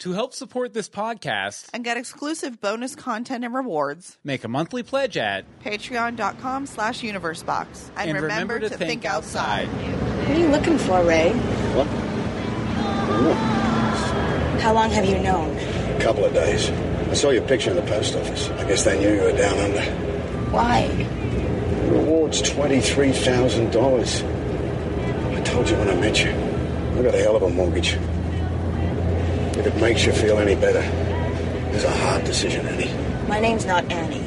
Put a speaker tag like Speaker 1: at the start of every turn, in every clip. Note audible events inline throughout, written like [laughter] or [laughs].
Speaker 1: To help support this podcast,
Speaker 2: and get exclusive bonus content and rewards.
Speaker 1: make a monthly pledge at
Speaker 2: Patreon.com slash universebox. And,
Speaker 1: and, remember, to, think, outside.
Speaker 3: What are you looking for, Ray?
Speaker 4: What?
Speaker 3: How long have you known?
Speaker 4: A couple of days. I saw your picture in the post office. I guess they knew you were down under.
Speaker 3: Why?
Speaker 4: The reward's twenty-three thousand dollars. I told you when I met you. I got a hell of a mortgage. If it makes you feel any better, it was a hard decision, Annie.
Speaker 3: My name's not Annie.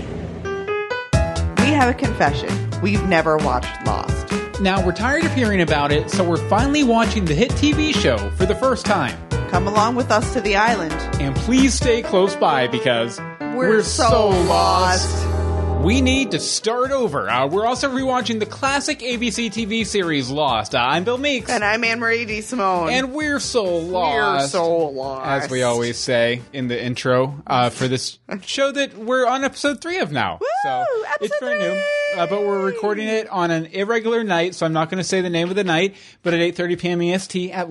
Speaker 2: We have a confession. We've never watched Lost.
Speaker 1: Now, we're tired of hearing about it, so we're finally watching the hit TV show for the first time.
Speaker 2: Come along with us to the island.
Speaker 1: And please stay close by because We need to start over. Uh, we're also rewatching the classic ABC TV series Lost. Uh, I'm Bill Meeks,
Speaker 2: And I'm Anne Marie D. Simone.
Speaker 1: and we're so lost.
Speaker 2: We're so lost.
Speaker 1: as we always say in the intro uh, for
Speaker 2: [laughs]
Speaker 1: this show that we're on episode three of now. so it's
Speaker 2: episode
Speaker 1: very new, uh, but we're recording it on an irregular night, so I'm not going to say the name of the night. But at 8:30 p.m. EST E at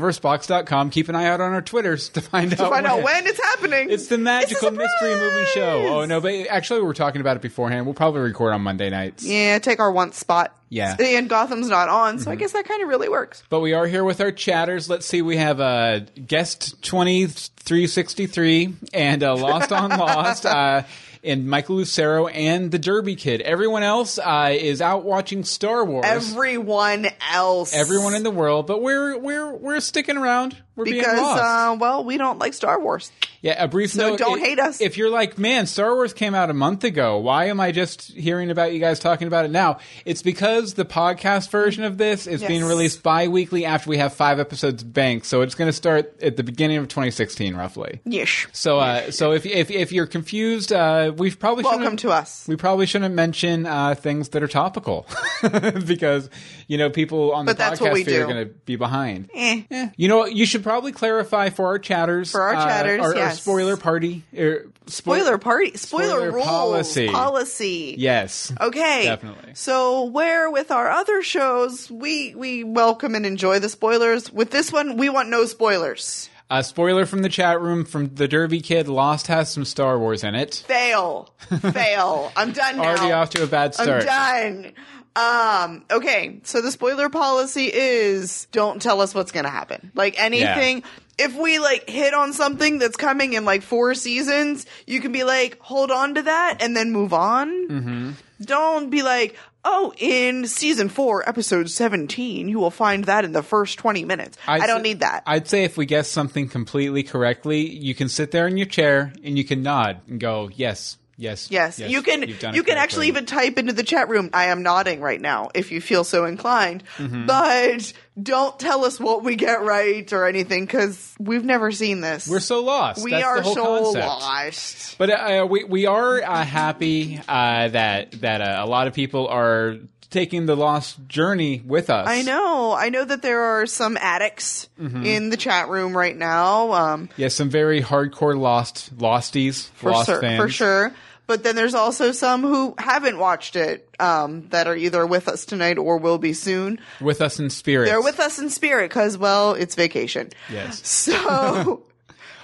Speaker 1: live.universebox.com, keep an eye out on our Twitters to find out
Speaker 2: Find out when it's happening.
Speaker 1: It's the
Speaker 2: a
Speaker 1: magical mystery movie show.
Speaker 2: surprise!
Speaker 1: Oh no, but actually we were talking about it beforehand. We'll probably record on Monday nights.
Speaker 2: Yeah, take our once spot.
Speaker 1: Yeah. Mm-hmm.
Speaker 2: And Gotham's not on, so I guess that kind of really works.
Speaker 1: But we are here with our chatters. Let's see, we have uh, guest twenty three sixty three and uh, Lost on Lost. Uh, and Michael Lucero and the Derby Kid. Everyone else uh, is out watching Star Wars.
Speaker 2: Everyone else.
Speaker 1: Everyone in the world, but we're we're we're sticking around. We're being
Speaker 2: Because,
Speaker 1: lost.
Speaker 2: uh, well, we don't like Star Wars.
Speaker 1: yeah, a brief
Speaker 2: so
Speaker 1: note.
Speaker 2: don't
Speaker 1: i-
Speaker 2: hate us.
Speaker 1: If you're like, man, Star Wars came out a month ago. Why am I just hearing about you guys talking about it now? It's because the podcast version of this is being
Speaker 2: Yes.
Speaker 1: released bi-weekly after we have five episodes banked. So it's going to start at the beginning of 2016, roughly.
Speaker 2: Yesh.
Speaker 1: So, uh, so if, if if you're confused, uh, we probably shouldn't-
Speaker 2: Welcome to us.
Speaker 1: We probably shouldn't mention uh, things that are topical [laughs] because you know people on
Speaker 2: But
Speaker 1: the
Speaker 2: that's
Speaker 1: podcast
Speaker 2: what we
Speaker 1: feed are
Speaker 2: do.
Speaker 1: going to be behind.
Speaker 2: Eh.
Speaker 1: You know, what? you should probably clarify for our chatters,
Speaker 2: For our chatters,
Speaker 1: our, our
Speaker 2: yes.
Speaker 1: spoiler party, er, spo-
Speaker 2: Spoiler party. Spoiler,
Speaker 1: Spoiler
Speaker 2: rules.
Speaker 1: policy.
Speaker 2: Policy.
Speaker 1: Yes.
Speaker 2: Okay.
Speaker 1: Definitely.
Speaker 2: So where with our other shows, we we welcome and enjoy the spoilers. With this one, we want no spoilers.
Speaker 1: A spoiler from the chat room from the Derby Kid. Lost has some Star Wars in it. [laughs]
Speaker 2: Fail. Fail. I'm done now.
Speaker 1: Already off to a bad
Speaker 2: I'm
Speaker 1: start.
Speaker 2: done. Um, okay, so the spoiler policy is don't tell us what's gonna happen. Like anything if we like hit on something that's coming in like four seasons, you can be like, hold on to that and then move on.
Speaker 1: Mm-hmm.
Speaker 2: Don't be like, oh, in season four, episode seventeen, you will find that in the first twenty minutes. I,
Speaker 1: s-
Speaker 2: don't need that.
Speaker 1: I'd say if we guess something completely correctly, you can sit there in your chair and you can nod and go, "Yes, yes,
Speaker 2: Yes, you can.
Speaker 1: you've done it
Speaker 2: You can
Speaker 1: correctly."
Speaker 2: actually even type into the chat room. I am nodding right now, if you feel so inclined.
Speaker 1: Mm-hmm.
Speaker 2: But don't tell us what we get right or anything, because we've never seen this.
Speaker 1: We're so lost.
Speaker 2: we
Speaker 1: That's
Speaker 2: are
Speaker 1: the whole
Speaker 2: so
Speaker 1: concept.
Speaker 2: lost.
Speaker 1: But uh, we we are uh, happy uh, that that uh, a lot of people are taking the lost journey with us.
Speaker 2: I know. I know that there are some addicts
Speaker 1: Mm-hmm.
Speaker 2: in the chat room right now. Um,
Speaker 1: Yeah, some very hardcore lost losties,
Speaker 2: for
Speaker 1: lost
Speaker 2: sure,
Speaker 1: fans.
Speaker 2: for sure. But then there's also some who haven't watched it um, that are either with us tonight or will be soon.
Speaker 1: With us in spirit.
Speaker 2: They're with us in spirit because, well, it's vacation.
Speaker 1: Yes.
Speaker 2: So,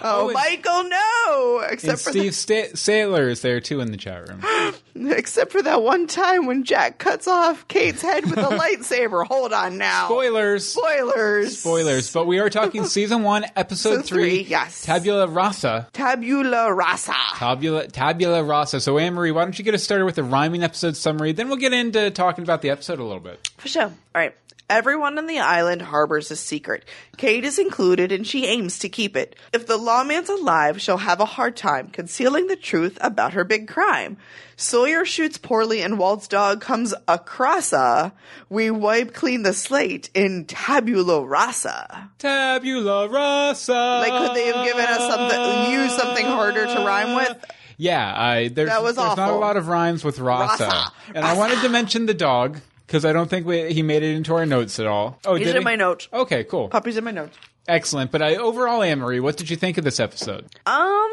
Speaker 2: oh,
Speaker 1: and-
Speaker 2: Michael, no!
Speaker 1: And
Speaker 2: Except for
Speaker 1: Steve Sta- Sailor is there too in the chat room.
Speaker 2: that, [laughs] except for that one time when Jack cuts off Kate's head
Speaker 1: [laughs]
Speaker 2: with a lightsaber. Hold on now,
Speaker 1: Spoilers.
Speaker 2: spoilers,
Speaker 1: Spoilers, but we are
Speaker 2: [laughs]
Speaker 1: talking season one, episode
Speaker 2: Season three, yes.
Speaker 1: Tabula Rasa.
Speaker 2: Tabula rasa.
Speaker 1: Tabula, tabula Rasa. So, Anne Marie, why don't you get us started with a rhyming episode summary? Then we'll get into talking about the episode a little bit.
Speaker 2: For sure. All right. Everyone on the island harbors a secret. Kate is included, and she aims to keep it. If the lawman's alive, she'll have a hard time concealing the truth about her big crime. Sawyer shoots poorly, and Walt's dog comes across a. We wipe clean the slate in tabula rasa.
Speaker 1: Tabula Rasa.
Speaker 2: Like, could they have given us something, used something harder to rhyme with?
Speaker 1: Yeah, I, there's,
Speaker 2: That was
Speaker 1: there's not a
Speaker 2: awful.
Speaker 1: lot of rhymes with Rasa.
Speaker 2: Rasa,
Speaker 1: And I wanted to mention the dog because I don't think we, he made it into our notes at all. Oh,
Speaker 2: These
Speaker 1: did
Speaker 2: are
Speaker 1: he?
Speaker 2: my notes.
Speaker 1: Okay, cool.
Speaker 2: Puppies in my notes.
Speaker 1: Excellent. But I, overall, Anne Marie, what did you think of this episode?
Speaker 2: Um,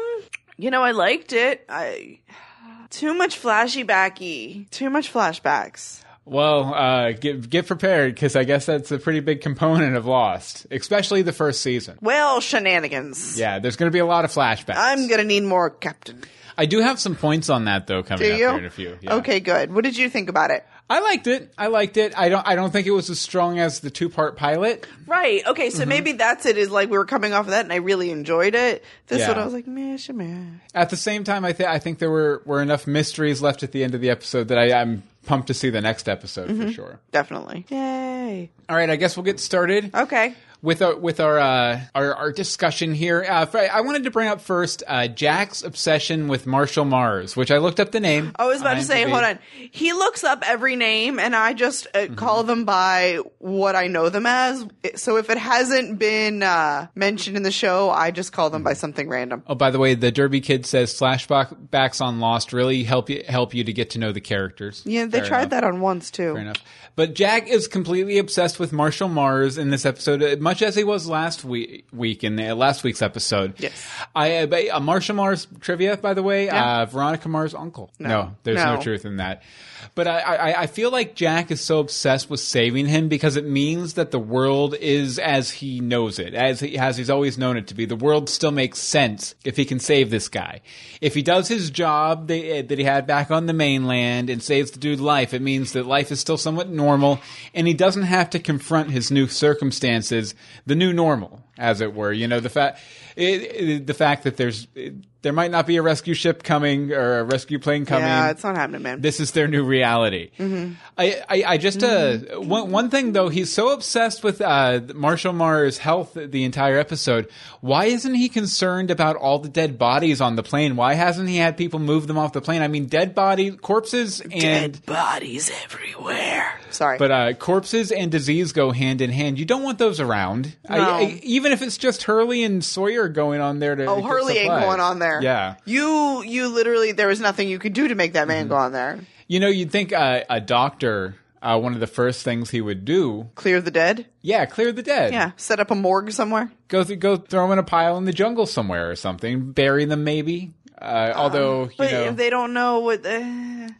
Speaker 2: you know, I liked it. I too much flashy backy, too much flashbacks.
Speaker 1: Well, uh, get get prepared because I guess that's a pretty big component of Lost, especially the first season.
Speaker 2: Well, shenanigans.
Speaker 1: Yeah, there's going to be a lot of flashbacks.
Speaker 2: I'm gonna need more Captain.
Speaker 1: I do have some points on that though coming
Speaker 2: Do
Speaker 1: up
Speaker 2: you?
Speaker 1: here in a few. Yeah.
Speaker 2: Okay, good. What did you think about it?
Speaker 1: I liked it. I liked it. I don't. I don't think it was as strong as the two part pilot.
Speaker 2: Right. Okay.
Speaker 1: Mm-hmm.
Speaker 2: So maybe that's it. Is like we were coming off of that, and I really enjoyed it. This
Speaker 1: Yeah.
Speaker 2: one, I was like, meh, sh- meh.
Speaker 1: At the same time, I, th- I think there were, were enough mysteries left at the end of the episode that I, I'm pumped to see the next episode
Speaker 2: Mm-hmm.
Speaker 1: for sure.
Speaker 2: Definitely. Yay.
Speaker 1: All right, I guess we'll get started.
Speaker 2: Okay.
Speaker 1: with our with our uh, our, our discussion here. Uh, fr- I wanted to bring up first uh, Jack's obsession with Marshall Mars, which I looked up the name.
Speaker 2: I was about to say,
Speaker 1: IMDb.
Speaker 2: hold on. He looks up every name, and I just uh,
Speaker 1: Mm-hmm.
Speaker 2: call them by what I know them as. It- So if it hasn't been uh, mentioned in the show, I just call them by something random.
Speaker 1: Oh, by the way, the Derby Kid says flashbacks on Lost really help you help you to get to know the characters.
Speaker 2: Yeah, they
Speaker 1: Fair
Speaker 2: tried
Speaker 1: enough.
Speaker 2: that on once too.
Speaker 1: Fair enough. But Jack is completely obsessed with Marshall Mars in this episode, uh, much as he was last week, week in the, uh, last week's episode.
Speaker 2: Yes.
Speaker 1: I uh, but, uh, Marshall Mars trivia, by the way. Uh, Veronica Mars' uncle. No, there's no.
Speaker 2: No.
Speaker 1: truth in that. But I, I, I feel like Jack is so obsessed with saving him because it means that the world is as he knows it, as he as he's always known it to be. The world still makes sense if he can save this guy. If he does his job that, that he had back on the mainland and saves the dude life, it means that life is still somewhat normal, and he doesn't have to confront his new circumstances, the new normal, as it were. You know, the fact the fact that there's. there might not be a rescue ship coming or a rescue plane coming
Speaker 2: yeah, it's not happening, man.
Speaker 1: this is their new reality.
Speaker 2: Mm-hmm.
Speaker 1: I, I, I just uh one one thing though he's so obsessed with uh, Marshall Mars' health the entire episode. Why isn't he concerned about all the dead bodies on the plane? Why hasn't he had people move them off the plane? I mean, dead body corpses and
Speaker 2: Dead bodies everywhere. Sorry.
Speaker 1: but uh, corpses and disease go hand in hand. You don't want those around, I,
Speaker 2: No.
Speaker 1: I- even if it's just Hurley and Sawyer going on there to.
Speaker 2: Oh,
Speaker 1: get
Speaker 2: Hurley ain't
Speaker 1: supplies.
Speaker 2: going on there.
Speaker 1: Yeah, Mm-hmm.
Speaker 2: You you literally there was nothing you could do to make that man go on there.
Speaker 1: you know, you'd think uh, a doctor. Uh, one of the first things he would do
Speaker 2: Clear the dead.
Speaker 1: Yeah, clear the dead.
Speaker 2: Yeah. Set up a morgue somewhere.
Speaker 1: Go th- go throw them in a pile in the jungle somewhere or something. Bury them maybe. Uh, although you
Speaker 2: Um, But
Speaker 1: know,
Speaker 2: if they don't know what uh,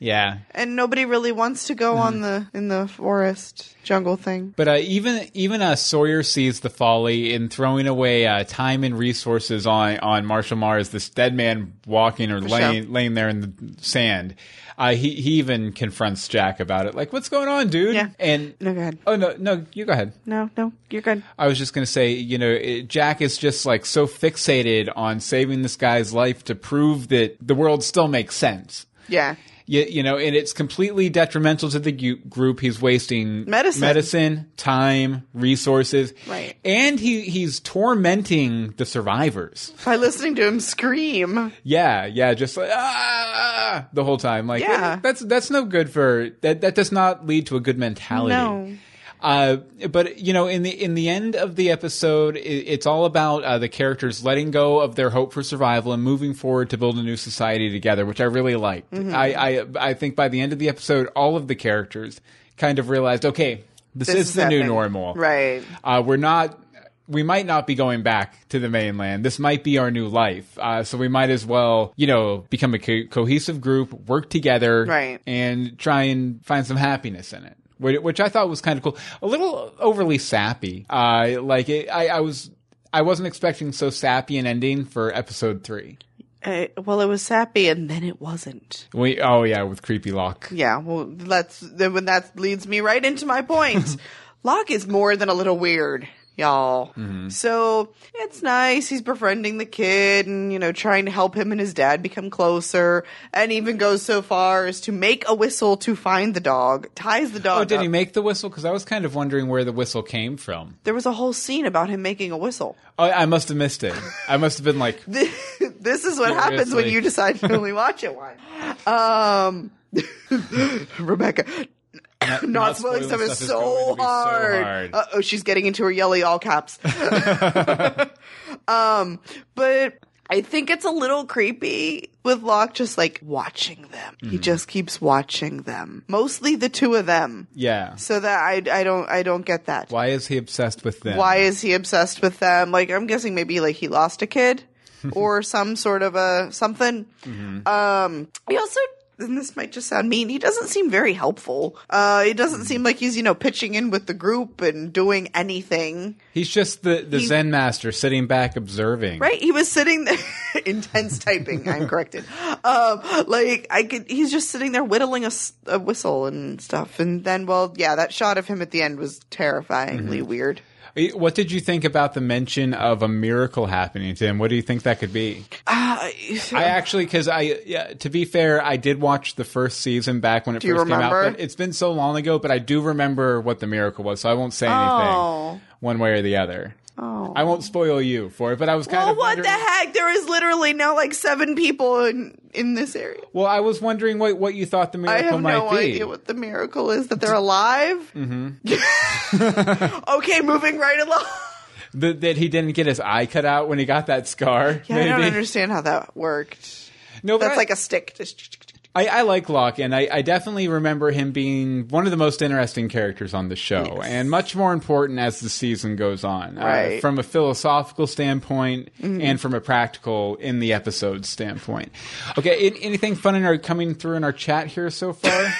Speaker 1: yeah.
Speaker 2: and nobody really wants to go
Speaker 1: Mm-hmm.
Speaker 2: on the in the forest jungle thing.
Speaker 1: But uh, even even uh, Sawyer sees the folly in throwing away uh, time and resources on on Marshall Mars, this dead man walking or
Speaker 2: sure.
Speaker 1: laying laying there in the sand. Uh, he he even confronts Jack about it, like, "What's going on, dude?"
Speaker 2: Yeah.
Speaker 1: And
Speaker 2: No, go ahead.
Speaker 1: oh no, no, you go ahead.
Speaker 2: No, no, you're good.
Speaker 1: I was just going to say, you know, it, Jack is just like so fixated on saving this guy's life to prove that the world still makes sense.
Speaker 2: Yeah.
Speaker 1: You, you know, and it's completely detrimental to the gu- group. He's wasting
Speaker 2: Medicine.
Speaker 1: medicine, time, resources,
Speaker 2: Right.
Speaker 1: And he he's tormenting the survivors.
Speaker 2: By listening to him scream.
Speaker 1: Yeah, yeah, just like ah, the whole time. Like
Speaker 2: Yeah.
Speaker 1: that's that's no good for that. That does not lead to a good mentality.
Speaker 2: No.
Speaker 1: Uh, but you know, in the in the end of the episode, it, it's all about uh, the characters letting go of their hope for survival and moving forward to build a new society together, which I really liked.
Speaker 2: Mm-hmm.
Speaker 1: I, I I think by the end of the episode, all of the characters kind of realized, okay, this,
Speaker 2: This
Speaker 1: is,
Speaker 2: is
Speaker 1: the new
Speaker 2: happening.
Speaker 1: normal,
Speaker 2: Right.
Speaker 1: Uh, we're not. We might not be going back to the mainland. This might be our new life. Uh, so we might as well, you know, become a co- cohesive group, work together,
Speaker 2: Right.
Speaker 1: and try and find some happiness in it, which, which I thought was kind of cool. A little overly sappy. Uh, like it, I, I was, I wasn't expecting so sappy an ending for episode three.
Speaker 2: Uh, well, it was sappy, and then it wasn't.
Speaker 1: We, oh yeah, with creepy Locke.
Speaker 2: Yeah. Well, that's then when that leads me right into
Speaker 1: [laughs]
Speaker 2: my point. Locke is more than a little weird, y'all.
Speaker 1: Mm-hmm.
Speaker 2: So it's nice. He's befriending the kid and you know trying to help him and his dad become closer, and even goes so far as to make a whistle to find the dog. Ties the dog.
Speaker 1: Oh, did
Speaker 2: up.
Speaker 1: he make the whistle? Because I was kind of wondering where the whistle came from.
Speaker 2: there was a whole scene about him making a whistle.
Speaker 1: Oh, I must have missed it. I must have been like,
Speaker 2: [laughs] this is what happens when
Speaker 1: Seriously.
Speaker 2: you decide to only watch it once. Um, [laughs] Rebecca. Not,
Speaker 1: not spoiling
Speaker 2: smelling stuff is
Speaker 1: stuff is going to
Speaker 2: so
Speaker 1: be so
Speaker 2: hard.
Speaker 1: hard.
Speaker 2: Uh oh, she's getting into her yelly
Speaker 1: [laughs]
Speaker 2: all caps. [laughs] um, but I think it's a little creepy with Locke just like watching them.
Speaker 1: Mm-hmm.
Speaker 2: He just keeps watching them, mostly the two of them.
Speaker 1: yeah.
Speaker 2: So that I, I don't I don't get that.
Speaker 1: Why is he obsessed with them?
Speaker 2: Why is he obsessed with them? Like I'm guessing maybe like he lost a kid or some sort of a something. Um, he also and this might just sound mean, he doesn't seem very helpful. Uh, he doesn't seem like he's, you know, pitching in with the group and doing anything.
Speaker 1: He's just the, the
Speaker 2: He-
Speaker 1: Zen master sitting back observing.
Speaker 2: Right? He was sitting there, [laughs] intense typing, I'm corrected. [laughs] Um, like, I could, he's just sitting there whittling a, s- a whistle and stuff. And then, well, yeah, that shot of him at the end was terrifyingly weird.
Speaker 1: Eh, What did you think about the mention of a miracle happening to him? What do you think that could be?
Speaker 2: Uh,
Speaker 1: I actually, because I, yeah, to be fair, I did watch the first season back when it
Speaker 2: Do you
Speaker 1: first came out,
Speaker 2: remember?
Speaker 1: but it's been so long ago. But I do remember what the miracle was, so I won't say anything
Speaker 2: Oh.
Speaker 1: one way or the other.
Speaker 2: Oh.
Speaker 1: I won't spoil you for it, but I was kind
Speaker 2: well,
Speaker 1: of
Speaker 2: what the
Speaker 1: wondering-
Speaker 2: heck? There is literally now like seven people in, in this area.
Speaker 1: Well, I was wondering what what you thought the
Speaker 2: I
Speaker 1: miracle
Speaker 2: have
Speaker 1: might
Speaker 2: no
Speaker 1: be.
Speaker 2: idea what the miracle is that they're alive. Mm-hmm. [laughs] okay, moving right along.
Speaker 1: Th- that he didn't get his eye cut out when he got that scar.
Speaker 2: Yeah,
Speaker 1: maybe.
Speaker 2: I don't understand how that worked.
Speaker 1: No, but
Speaker 2: That's
Speaker 1: I-
Speaker 2: like a stick. Just-
Speaker 1: I, I like Locke, and I, I definitely remember him being one of the most interesting characters on the show, and much more important as the season goes on, uh,
Speaker 2: Right. Mm-hmm.
Speaker 1: from a philosophical standpoint and from a practical in the episode standpoint. Okay, an- anything fun in our coming through in our chat here so
Speaker 2: [laughs]
Speaker 1: far?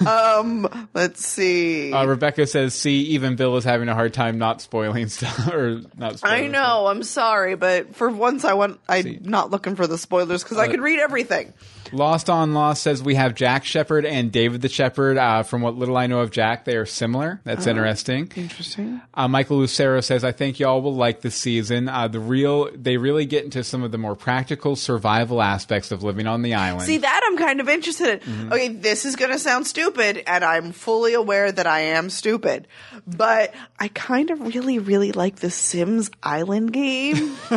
Speaker 2: Let's see.
Speaker 1: uh, Rebecca says, "See, even Bill is having a hard time not spoiling [laughs] stuff or not." Spoiling
Speaker 2: I know. I'm sorry, but for once, I want. I'm not looking for the spoilers because I could read everything.
Speaker 1: stuff. Lost on Lost says we have Jack Shepard and David the Shepherd. Uh, from what little I know of Jack, they are similar.
Speaker 2: Uh-huh.
Speaker 1: That's interesting.
Speaker 2: Mm-hmm. Interesting.
Speaker 1: Uh, Michael Lucero says, "I think y'all will like this season. Uh, the real they really get into some of the more practical survival aspects of living on the island."
Speaker 2: See that I'm kind of interested in. Okay, this is going to sound stupid, and I'm fully aware that I am stupid, but I kind of really, really like the Sims Island game, [laughs]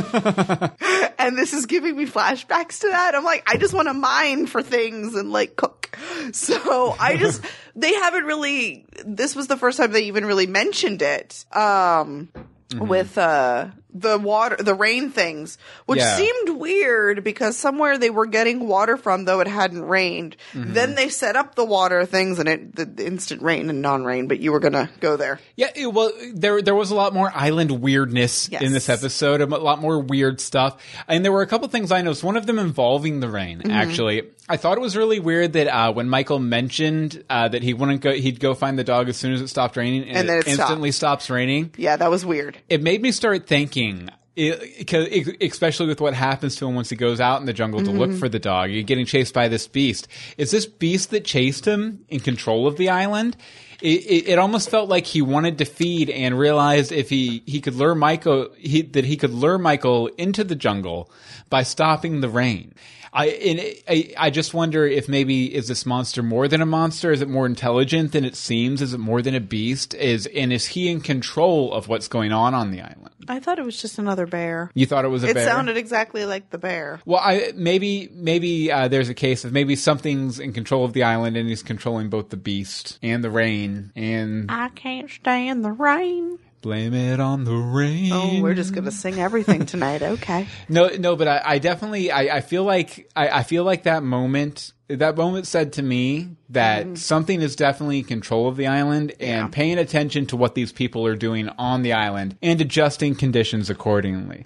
Speaker 2: and this is giving me flashbacks to that. I'm like, I just want to mine for things and like cook. [laughs] So I just they haven't really. This was the first time they even really mentioned it. Um.
Speaker 1: Mm-hmm.
Speaker 2: With uh the water the rain things, which
Speaker 1: Yeah.
Speaker 2: seemed seemed weird because somewhere they were getting water from, though it hadn't rained.
Speaker 1: Mm-hmm.
Speaker 2: Then they set up the water things and it the, the instant rain and non rain. But you were gonna go there.
Speaker 1: yeah, it- well, there there was a lot more island weirdness
Speaker 2: Yes.
Speaker 1: in this episode, a lot more weird stuff, and there were a couple things I noticed. One of them involving the rain.
Speaker 2: Mm-hmm.
Speaker 1: Actually, I thought it was really weird that uh, when Michael mentioned uh, that he wouldn't go, he'd go find the dog as soon as it stopped raining, and,
Speaker 2: And then it stopped.
Speaker 1: instantly stops raining.
Speaker 2: Yeah, that was weird.
Speaker 1: it made me start thinking it, 'cause- e, especially with what happens to him once he goes out in the jungle to look for the dog you're getting chased by this beast is this beast that chased him in control of the island it, it, it almost felt like he wanted to feed and realized if he, he could lure michael he, that he could lure michael into the jungle by stopping the rain I, and it- I I just wonder if maybe is this monster more than a monster? Is it more intelligent than it seems? Is it more than a beast? Is and is he in control of what's going on on the island?
Speaker 2: I thought it was just another bear.
Speaker 1: You thought it was a
Speaker 2: It
Speaker 1: bear?
Speaker 2: sounded exactly like the bear.
Speaker 1: well, I maybe maybe uh, there's a case of maybe something's in control of the island and he's controlling both the beast and the rain and
Speaker 2: I can't stay in the rain.
Speaker 1: blame it on the rain.
Speaker 2: Oh, we're just gonna sing everything
Speaker 1: [laughs]
Speaker 2: tonight. Okay.
Speaker 1: No, no, but I, I definitely, I, I feel like, I, I feel like that moment, that moment said to me that something is definitely in control of the island and paying attention to what these people are doing on the island and adjusting conditions accordingly.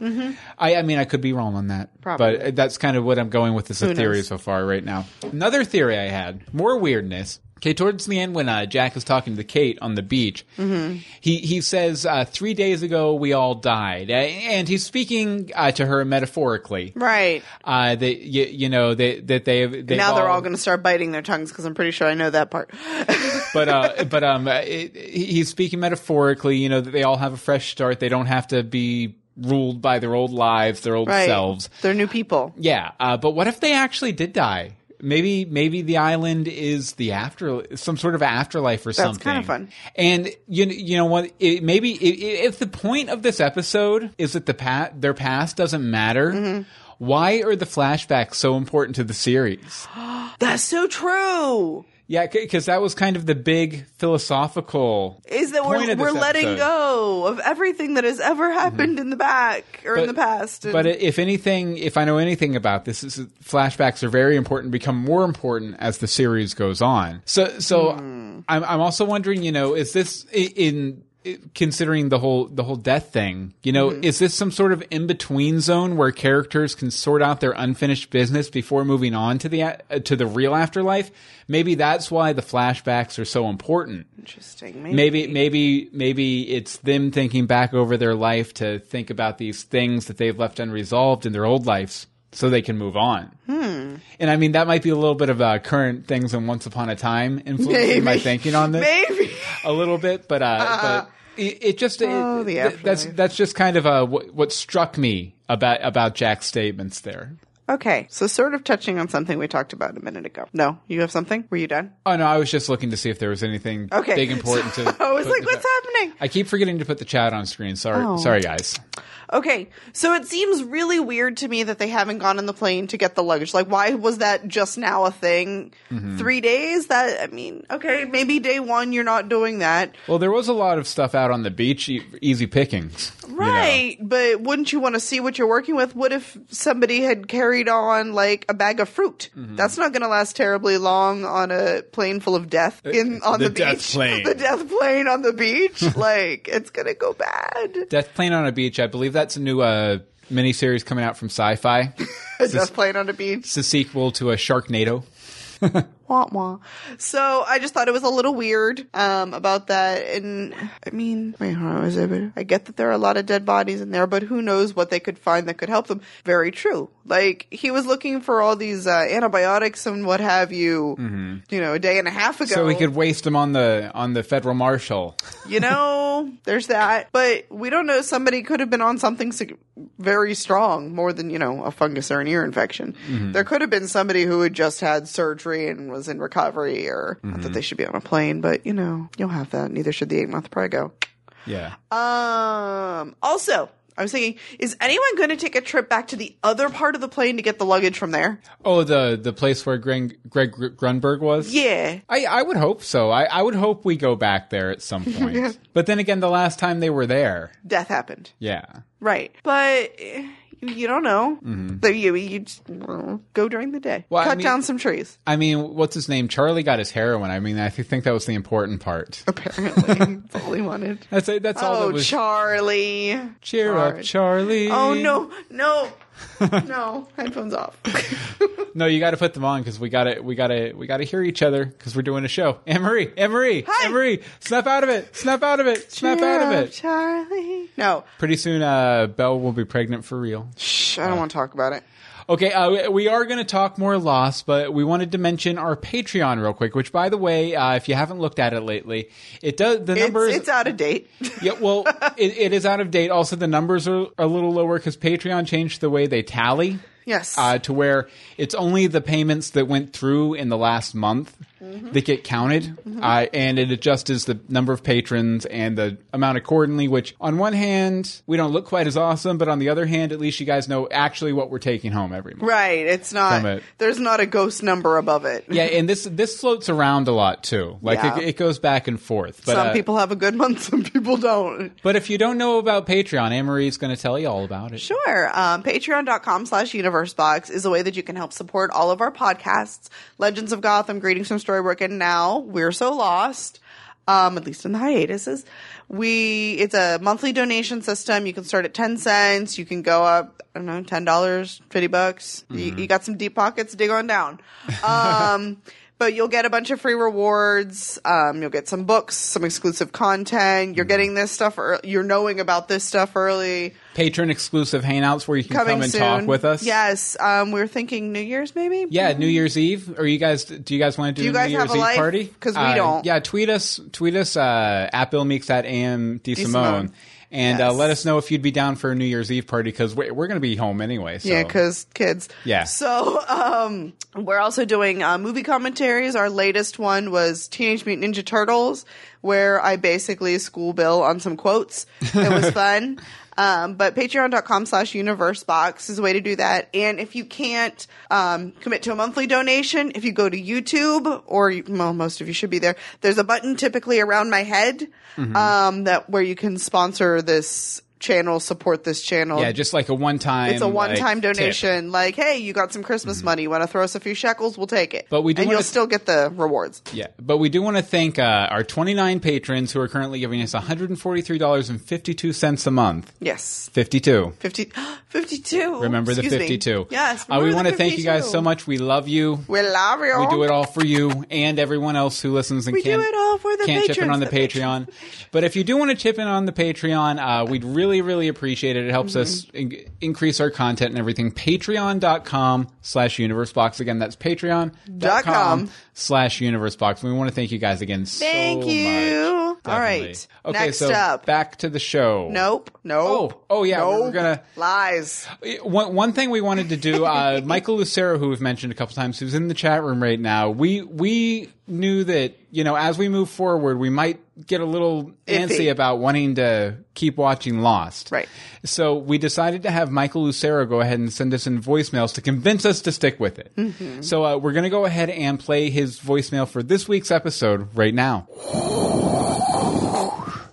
Speaker 1: I, I mean, I could be wrong on that,
Speaker 2: Probably.
Speaker 1: but that's kind of what I'm going with as a theory
Speaker 2: knows?
Speaker 1: so far right now. Another theory I had, more weirdness. Okay, towards the end when uh, Jack is talking to Kate on the beach,
Speaker 2: Mm-hmm.
Speaker 1: he he says, uh, three days ago we all died, A- and he's speaking uh, to her metaphorically.
Speaker 2: Right.
Speaker 1: Uh, that you, you know they, that they they
Speaker 2: now they're all going to start biting their tongues because I'm pretty sure I know that part. [laughs]
Speaker 1: but uh, but um, it, he- he's speaking metaphorically. You know that they all have a fresh start. They don't have to be ruled by their old lives, their old
Speaker 2: right.
Speaker 1: selves.
Speaker 2: They're new people.
Speaker 1: Yeah, uh, but what if they actually did die? Maybe maybe the island is the after some sort of afterlife or something.
Speaker 2: kinda fun.
Speaker 1: And you you know what? It, maybe i i if the point of this episode is that the pa- their past doesn't matter,
Speaker 2: Mm-hmm.
Speaker 1: why are the flashbacks so important to the series?
Speaker 2: That's so true.
Speaker 1: Yeah, because that was kind of the big philosophical.
Speaker 2: is that
Speaker 1: point
Speaker 2: we're,
Speaker 1: of this
Speaker 2: we're letting
Speaker 1: episode. Mm-hmm.
Speaker 2: go of everything that has ever happened in the back or in the past. And
Speaker 1: But i- if anything, if I know anything about this, is that flashbacks are very important, become more important as the series goes on. So, so I'm, I'm also wondering, you know, is this i- in it- considering the whole the whole death thing. You know, is this some sort of in between zone where characters can sort out their unfinished business before moving on to the a- uh, to the real afterlife? Maybe that's why the flashbacks are so important.
Speaker 2: Interesting.
Speaker 1: Maybe maybe maybe it's them thinking back over their life to think about these things that they've left unresolved in their old lives so they can move on.
Speaker 2: Hmm.
Speaker 1: And I mean that might be a little bit of uh, current things and once upon a time influencing my
Speaker 2: Maybe.
Speaker 1: thinking on this
Speaker 2: Maybe. Uh-uh.
Speaker 1: a little bit, but uh, but it, it just it,
Speaker 2: Oh, the
Speaker 1: th-
Speaker 2: afterlife.
Speaker 1: that's that's just kind of uh, what, what struck me about about Jack's statements there.
Speaker 2: Okay. So, sort of touching on something we talked about a minute ago. No, you have something? Were you done?
Speaker 1: Oh no, I was just looking to see if there was anything
Speaker 2: Okay.
Speaker 1: big important to.
Speaker 2: [laughs] I was
Speaker 1: put
Speaker 2: like,
Speaker 1: in the
Speaker 2: what's
Speaker 1: chat."
Speaker 2: happening? Oh.
Speaker 1: I keep forgetting to put the chat on screen. Sorry, sorry guys.
Speaker 2: Okay, so it seems really weird to me that they haven't gone on the plane to get the luggage. Like, why was that just now a thing?
Speaker 1: Mm-hmm.
Speaker 2: Three days? That I mean, okay, maybe day one you're not doing that,
Speaker 1: Well, there was a lot of stuff out on the beach, e- easy pickings. you know.
Speaker 2: right? But wouldn't you want to see what you're working with? What if somebody had carried on like a bag of fruit?
Speaker 1: Mm-hmm.
Speaker 2: That's not going to last terribly long on a plane full of death in on the,
Speaker 1: Uh, the
Speaker 2: beach. [laughs]
Speaker 1: death plane.
Speaker 2: the death plane on the beach,
Speaker 1: [laughs]
Speaker 2: like it's going to go bad.
Speaker 1: Death Plane on a Beach. I believe that's a new uh, miniseries coming out from
Speaker 2: [laughs]
Speaker 1: Sci-Fi.
Speaker 2: A death plane on a beach.
Speaker 1: It's a sequel to a Sharknado.
Speaker 2: Wah, wah. So I just thought it was a little weird um, about that. And I mean, wait, hold on, was it- I get that there are a lot of dead bodies in there, but who knows what they could find that could help them? Very true. Like he was looking for all these uh, antibiotics and what have you, you know, a day and a half ago.
Speaker 1: Mm-hmm. So we could waste them on the on the federal marshal.
Speaker 2: you know, there's that. But we don't know. Somebody could have been on something sig- very strong, more than, you know, a fungus or an ear infection. There could have been somebody who had just had surgery and was in recovery, or not that they should be on a plane, but, you know, you'll have that. Neither should the eight month prego.
Speaker 1: Yeah.
Speaker 2: Uh, Um, also, I was thinking, is anyone going to take a trip back to the other part of the plane to get the luggage from there?
Speaker 1: Oh, the the place where Greg, Greg Gr- Grunberg was.
Speaker 2: Yeah.
Speaker 1: I, I would hope so. I, I would hope we go back there at
Speaker 2: [laughs]
Speaker 1: some point. But then again, the last time they were there,
Speaker 2: Death happened.
Speaker 1: yeah,
Speaker 2: Right. But eh, you don't know. The- you, you just- well, go during the day.
Speaker 1: Mm-hmm. Well, I
Speaker 2: Cut
Speaker 1: mean-
Speaker 2: down some trees.
Speaker 1: I mean, what's his name? Charlie got his heroin. I mean, I th- think that was the important part.
Speaker 2: Apparently,
Speaker 1: [laughs]
Speaker 2: that's all he wanted.
Speaker 1: That's it. That's all
Speaker 2: Uh, Oh,
Speaker 1: that was.
Speaker 2: Charlie.
Speaker 1: Cheer up, Charlie.
Speaker 2: Oh, no,
Speaker 1: [laughs]
Speaker 2: no, no. Headphones off.
Speaker 1: No, you got to put them on because we got to we got to we got to hear each other because we're doing a show. Anne Marie, Anne Marie,
Speaker 2: Hi.
Speaker 1: Anne Marie, snap out of it, snap out of it, [laughs] snap out of
Speaker 2: Cheer up,
Speaker 1: it.
Speaker 2: Charlie. No,
Speaker 1: Pretty soon, uh, Belle will be pregnant for real.
Speaker 2: shh, I don't want to talk about it.
Speaker 1: Okay, uh, we- we are going to talk more loss, but we wanted to mention our Patreon real quick. Which, by the way, uh, if you haven't looked at it lately, it does the
Speaker 2: It's,
Speaker 1: numbers.
Speaker 2: it's out of date. [laughs]
Speaker 1: yeah, well, it, it is out of date. Also, the numbers are a little lower because Patreon changed the way they tally
Speaker 2: Yes.
Speaker 1: uh, to where it's only the payments that went through in the last month
Speaker 2: Mm-hmm.
Speaker 1: that get counted, uh, and it adjusts the number of patrons and the amount accordingly. Which, on one hand, we don't look quite as awesome, but on the other hand, at least you guys know actually what we're taking home every month.
Speaker 2: right. It's not.
Speaker 1: Damn it.
Speaker 2: There's not a ghost number above it.
Speaker 1: Yeah, and this this floats around a lot too. Like
Speaker 2: Yeah.
Speaker 1: it, it goes back and forth. But
Speaker 2: some
Speaker 1: uh,
Speaker 2: people have a good month. [laughs] Some people don't.
Speaker 1: but if you don't know about Patreon, Anne-Marie's going to tell you all about it.
Speaker 2: Sure. Um, Patreon.com slash universebox is a way that you can help support all of our podcasts. Legends of Gotham, Greetings from Storybook, and now We're So Lost. Um, at least in the hiatuses. We it's a monthly donation system. You can start at ten cents, you can go up, I don't know, ten dollars, fifty bucks. You, you got some deep pockets, dig on down. Um But you'll get a bunch of free rewards. Um, you'll get some books, some exclusive content. You're getting this stuff. Ear- you're knowing about this stuff early
Speaker 1: Patron exclusive hangouts where you can
Speaker 2: coming
Speaker 1: come and
Speaker 2: soon.
Speaker 1: talk with us.
Speaker 2: Yes, um, we are thinking New Year's maybe.
Speaker 1: Yeah, New Year's Eve. Or you guys? Do you guys want to do,
Speaker 2: Mm-hmm. you
Speaker 1: a
Speaker 2: guys
Speaker 1: New
Speaker 2: have
Speaker 1: Year's
Speaker 2: a
Speaker 1: Eve
Speaker 2: life?
Speaker 1: party?
Speaker 2: 'Cause we
Speaker 1: Uh,
Speaker 2: don't.
Speaker 1: Yeah, tweet us. Tweet us uh, at Bill Meeks at Am D Simone,
Speaker 2: Simone.
Speaker 1: and uh,
Speaker 2: Yes.
Speaker 1: let us know if you'd be down for a New Year's Eve party because we're, we're going to be home anyway. So.
Speaker 2: Yeah, because kids.
Speaker 1: Yeah.
Speaker 2: So um, we're also doing uh, movie commentaries. Our latest one was Teenage Mutant Ninja Turtles, where I basically school Bill on some quotes. It
Speaker 1: [laughs]
Speaker 2: was fun. Um, but patreon.com slash universebox is a way to do that. And if you can't um, commit to a monthly donation, if you go to YouTube, or you- well, most of you should be there,
Speaker 1: Mm-hmm.
Speaker 2: there's a button typically around my head um, that where you can sponsor this channels support this channel.
Speaker 1: Yeah, just like a one time.
Speaker 2: it's a one-time donation. Like, hey, you got some Christmas money. You want to throw us a few shekels? We'll take it.
Speaker 1: But we do
Speaker 2: and
Speaker 1: wanna-
Speaker 2: you'll still get the rewards.
Speaker 1: Yeah, but we do want to thank uh, our 29 patrons who are currently giving us $143.52 a month.
Speaker 2: Yes.
Speaker 1: 52.
Speaker 2: [gasps] 50, 52.
Speaker 1: Remember the
Speaker 2: Excuse me.
Speaker 1: 52.
Speaker 2: Yes.
Speaker 1: Uh, we
Speaker 2: remember
Speaker 1: want
Speaker 2: the
Speaker 1: to thank you guys
Speaker 2: 52.
Speaker 1: so much. We love you.
Speaker 2: We love you.
Speaker 1: We do it all for you and everyone else who listens and
Speaker 2: We do
Speaker 1: can't,
Speaker 2: it all for the
Speaker 1: can't chip in
Speaker 2: patrons,
Speaker 1: on the,
Speaker 2: the
Speaker 1: Patreon. But if you do want to chip in on the Patreon, uh, we'd really, really appreciate it. It helps
Speaker 2: Mm-hmm.
Speaker 1: us in- increase our content and everything. Patreon.com slash universebox. Again, that's
Speaker 2: Dot
Speaker 1: patreon.com
Speaker 2: com.
Speaker 1: slash universebox. We want to thank you guys again so
Speaker 2: Thank you.
Speaker 1: much.
Speaker 2: All right.
Speaker 1: Definitely. Okay,
Speaker 2: Next
Speaker 1: so
Speaker 2: up.
Speaker 1: back to the show.
Speaker 2: Nope. Nope.
Speaker 1: Oh, oh, yeah, we were
Speaker 2: Nope.
Speaker 1: gonna-
Speaker 2: lies.
Speaker 1: One, one thing we wanted to do,
Speaker 2: [laughs]
Speaker 1: uh, Michael Lucero, who we've mentioned a couple times, who's in the chat room right now, we we knew that you know as we move forward, we might get a little
Speaker 2: Iffy.
Speaker 1: antsy about wanting to keep watching Lost.
Speaker 2: Right.
Speaker 1: So we decided to have Michael Lucero go ahead and send us in voicemails to convince us to stick with it.
Speaker 2: Mm-hmm.
Speaker 1: So uh, we're going to go ahead and play his voicemail for this week's episode right now.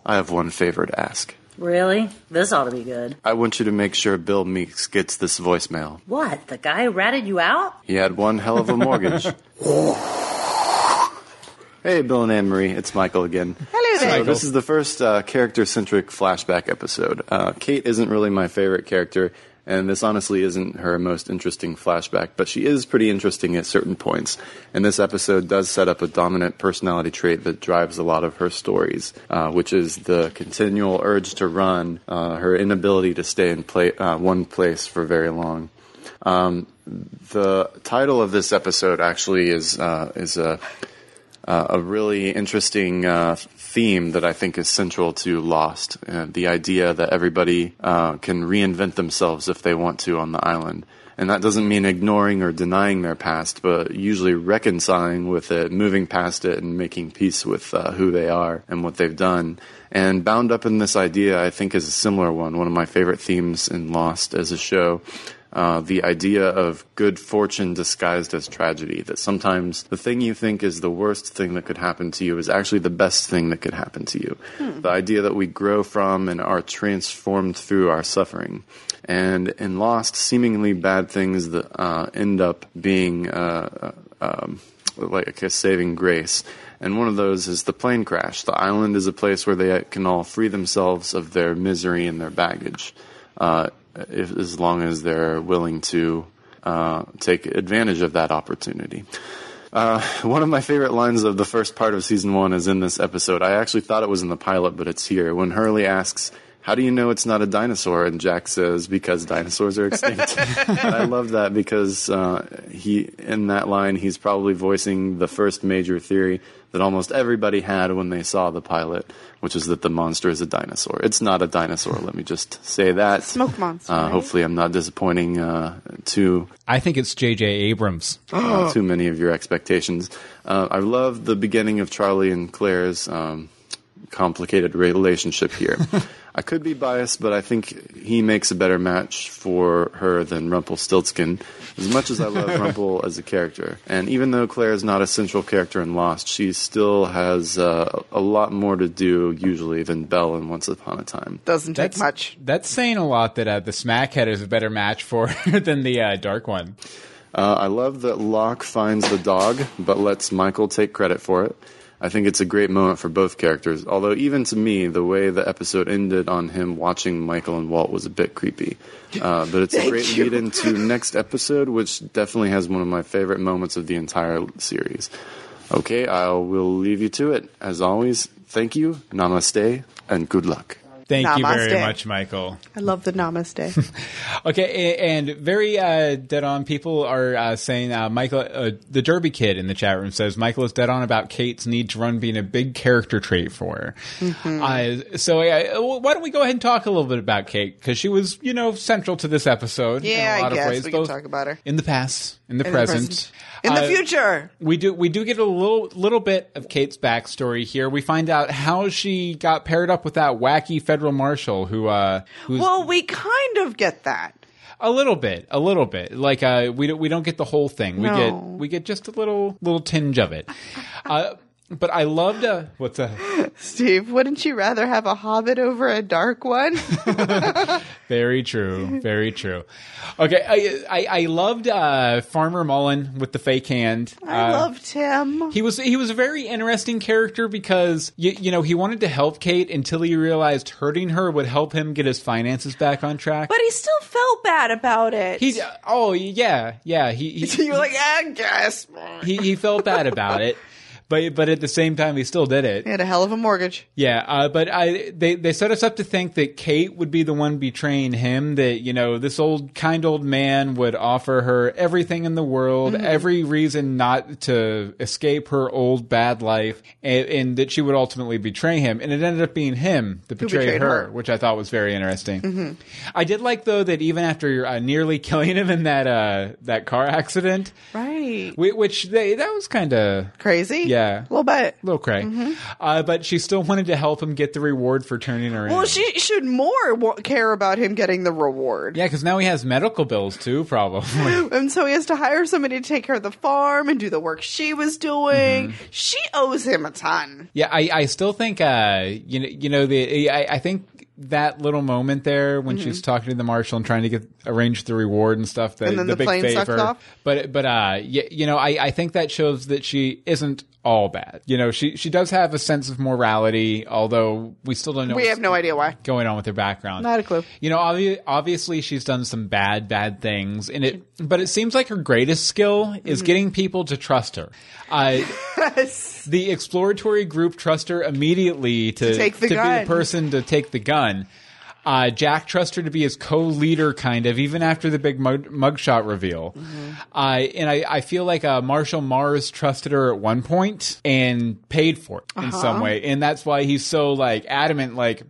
Speaker 5: I have one favor to ask.
Speaker 6: Really? This ought to be good.
Speaker 5: I want you to make sure Bill Meeks gets this voicemail.
Speaker 6: What? The guy who ratted you out?
Speaker 5: He had one hell of a mortgage. hey, Bill and Anne Marie, it's Michael again.
Speaker 2: Hello there.
Speaker 5: So this is the first uh, character-centric flashback episode. Uh, Kate isn't really my favorite character, and this honestly isn't her most interesting flashback, but she is pretty interesting at certain points. And this episode does set up a dominant personality trait that drives a lot of her stories, uh, which is the continual urge to run, uh, her inability to stay in pla- uh, one place for very long. Um, the title of this episode actually is uh, is a uh, a really interesting uh, theme that I think is central to Lost. Uh, the idea that everybody uh, can reinvent themselves if they want to on the island. And that doesn't mean ignoring or denying their past, but usually reconciling with it, moving past it, and making peace with uh, who they are and what they've done. And bound up in this idea, I think, is a similar one. One of my favorite themes in Lost as a show uh, the idea of good fortune disguised as tragedy. That sometimes the thing you think is the worst thing that could happen to you is actually the best thing that could happen to you. The idea that we grow from and are transformed through our suffering. And in Lost, seemingly bad things that uh, end up being uh, uh, um, like a saving grace. And one of those is the plane crash. The island is a place where they can all free themselves of their misery and their baggage uh, if, as long as they're willing to uh, take advantage of that opportunity. Uh, [laughs] one of my favorite lines of the first part of season one is in this episode. I actually thought it was in the pilot, but it's here. When Hurley asks, How do you know it's not a dinosaur? And Jack says, Because dinosaurs
Speaker 2: [laughs]
Speaker 5: are extinct. And I love that because uh, he, in that line, he's probably voicing the first major theory that almost everybody had when they saw the pilot, which is that the monster is a dinosaur. It's not a dinosaur, let me just say that.
Speaker 2: Smoke monster,
Speaker 5: Uh,
Speaker 2: right?
Speaker 5: Hopefully, I'm not disappointing uh, too
Speaker 1: I think it's J.J. Abrams.
Speaker 5: uh, too many of your expectations. Uh, I love the beginning of Charlie and Claire's um, complicated relationship here. I could be biased, but I think he makes a better match for her than Rumpelstiltskin. As much as I love Rumpel as a character, and even though Claire is not a central character in Lost, she still has uh, a lot more to do usually than Belle in Once Upon a Time.
Speaker 2: Doesn't take
Speaker 1: That's
Speaker 2: much.
Speaker 1: That's saying a lot that uh, the Smackhead is a better match for [laughs] than the uh, Dark One.
Speaker 5: Uh, I love that Locke finds the dog, but lets Michael take credit for it. I think it's a great moment for both characters, although, even to me, the way the episode ended on him watching Michael and Walt was a bit creepy. Uh, but it's a
Speaker 2: Thank
Speaker 5: great
Speaker 2: you. [laughs]
Speaker 5: lead into next episode, which definitely has one of my favorite moments of the entire series. Okay, I will leave you to it. As always, thank you, namaste, and good luck.
Speaker 1: Thank you very
Speaker 2: Namaste.
Speaker 1: much, Michael.
Speaker 2: I love the namaste.
Speaker 1: Okay, a- and very uh, dead on. People are uh, saying uh, Michael, uh, the Derby kid in the chat room says Michael is dead on about Kate's need to run being a big character trait for her.
Speaker 2: Mm-hmm.
Speaker 1: Uh, so uh, well, why don't we go ahead and talk a little bit about Kate because she was you know central to this episode.
Speaker 2: Yeah,
Speaker 1: in a
Speaker 2: I
Speaker 1: lot
Speaker 2: guess
Speaker 1: of ways,
Speaker 2: we can
Speaker 1: both
Speaker 2: talk about her.
Speaker 1: in the past, in the
Speaker 2: In
Speaker 1: [laughs]
Speaker 2: the
Speaker 1: present,
Speaker 2: In the
Speaker 1: Uh,
Speaker 2: future.
Speaker 1: We do we do get a little little bit of Kate's backstory here. We find out how she got paired up with that wacky federal marshal who uh who's
Speaker 2: Well, we kind of get that.
Speaker 1: a little bit, a little bit. Like uh we don't we don't get the whole thing. We
Speaker 2: No.
Speaker 1: get we get just a little little tinge of it. Uh But I loved uh, what's that?
Speaker 2: Steve, wouldn't you rather have a hobbit over a
Speaker 1: [laughs]
Speaker 2: dark one?
Speaker 1: Very true. Very true. Okay, I I, I loved uh, Farmer Mullen with the fake hand.
Speaker 2: I
Speaker 1: Uh,
Speaker 2: loved him.
Speaker 1: He was he was a very interesting character because you, you know he wanted to help Kate until he realized hurting her would help him get his finances back on track.
Speaker 2: But he still felt bad about it.
Speaker 1: he oh yeah yeah he
Speaker 2: [laughs]
Speaker 1: he,
Speaker 2: You're like, I guess.
Speaker 1: he, he felt bad about it. But, but at the same time, he still did it.
Speaker 2: He had a hell of a mortgage.
Speaker 1: Yeah, uh, but I they they set us up to think that Kate would be the one betraying him. That you know this old kind old man would offer her everything in the world,
Speaker 2: Mm-hmm.
Speaker 1: every reason not to escape her old bad life, and, and that she would ultimately betray him. And it ended up being him that betrayed,
Speaker 2: betrayed
Speaker 1: her,
Speaker 2: her. Mm-hmm.
Speaker 1: which I thought was very interesting. I did like though that even after uh, nearly [laughs] killing him in that uh, that car accident,
Speaker 2: Right.
Speaker 1: whi- which they that was kind of
Speaker 2: Crazy?
Speaker 1: Yeah.
Speaker 2: A little bit.
Speaker 1: little cray.
Speaker 2: Mm-hmm.
Speaker 1: Uh, but she still wanted to help him get the reward for turning her
Speaker 2: Well,
Speaker 1: in.
Speaker 2: she should more wa- care about him getting the reward.
Speaker 1: yeah, because now he has medical bills too, probably.
Speaker 2: And so he has to hire somebody to take care of the farm and do the work she was doing.
Speaker 1: Mm-hmm.
Speaker 2: She owes him a ton.
Speaker 1: yeah, I, I still think uh, you know, you know the I, I think that little moment there
Speaker 2: Mm-hmm.
Speaker 1: when she's talking to the marshal and trying to get arrange the reward and stuff. The,
Speaker 2: And then the
Speaker 1: big
Speaker 2: plane sucked
Speaker 1: favor.
Speaker 2: off?
Speaker 1: But but uh, you, you know, I, I think that shows that she isn't all bad. You know, she she does have a sense of morality, although we still don't know.
Speaker 2: We
Speaker 1: what's
Speaker 2: have no idea why.
Speaker 1: going on with her background.
Speaker 2: Not a clue.
Speaker 1: You know, obvi- obviously she's done some bad, bad things, and it. But it seems like her greatest skill is
Speaker 2: Mm-hmm.
Speaker 1: getting people to trust her. Uh, the exploratory group trust her immediately to,
Speaker 2: To take the
Speaker 1: be
Speaker 2: gun.
Speaker 1: the person to take the gun. Uh, Jack trusts her to be his co-leader, kind of, even after the big mug- mugshot reveal.
Speaker 2: Mm-hmm.
Speaker 1: Uh, and I, I feel like uh, Marshall Mars trusted her at one point and paid for it in
Speaker 2: Uh-huh.
Speaker 1: some way, and that's why he's so like adamant, like.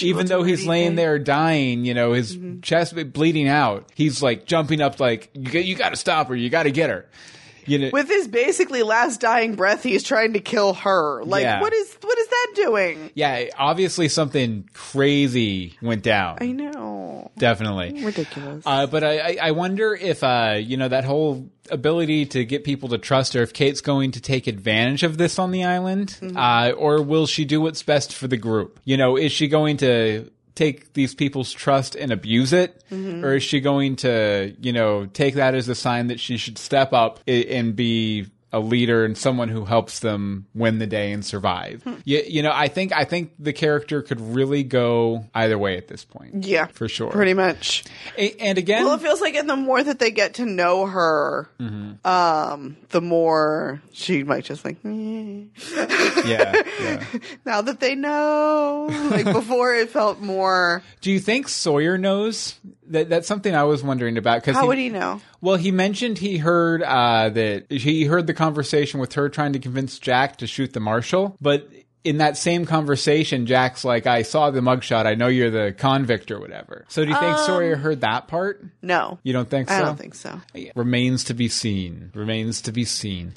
Speaker 1: even though he's laying there dying, you know, his
Speaker 2: Mm-hmm.
Speaker 1: chest bleeding out, he's like jumping up, like you, got- you got to stop her, you got to get her. You know,
Speaker 2: With his basically last dying breath, he's trying to kill her. Like,
Speaker 1: Yeah.
Speaker 2: what is what is that doing?
Speaker 1: yeah, obviously something crazy went down.
Speaker 2: I know.
Speaker 1: Definitely.
Speaker 2: Ridiculous.
Speaker 1: Uh, but I, I- I wonder if, uh, you know, that whole ability to get people to trust her, if Kate's going to take advantage of this on the island, uh, or will she do what's best for the group? You know, is she going to take these people's trust and abuse it? Or is she going to, you know, take that as a sign that she should step up i- and be a leader and someone who helps them win the day and survive. You, you know, I think I think the character could really go either way at this point.
Speaker 2: yeah.
Speaker 1: for sure.
Speaker 2: Pretty much.
Speaker 1: A- and again,
Speaker 2: Well, it feels like and the more that they get to know her,
Speaker 1: Mm-hmm.
Speaker 2: um, the more she might just like, "Eh."
Speaker 1: [laughs] yeah, yeah.
Speaker 2: now that they know. Like before, it felt more.
Speaker 1: Do you think Sawyer knows? That that's something I was wondering about. Because
Speaker 2: How would he know?
Speaker 1: Well, he mentioned he heard uh, that he heard the conversation with her trying to convince Jack to shoot the marshal, but. In that same conversation, Jack's like, "I saw the mugshot. I know you're the convict or whatever." So, do you think Sawyer heard that part?
Speaker 2: No,
Speaker 1: You don't think so?
Speaker 2: Um, I don't think so.
Speaker 1: Remains to be seen. Remains to be seen.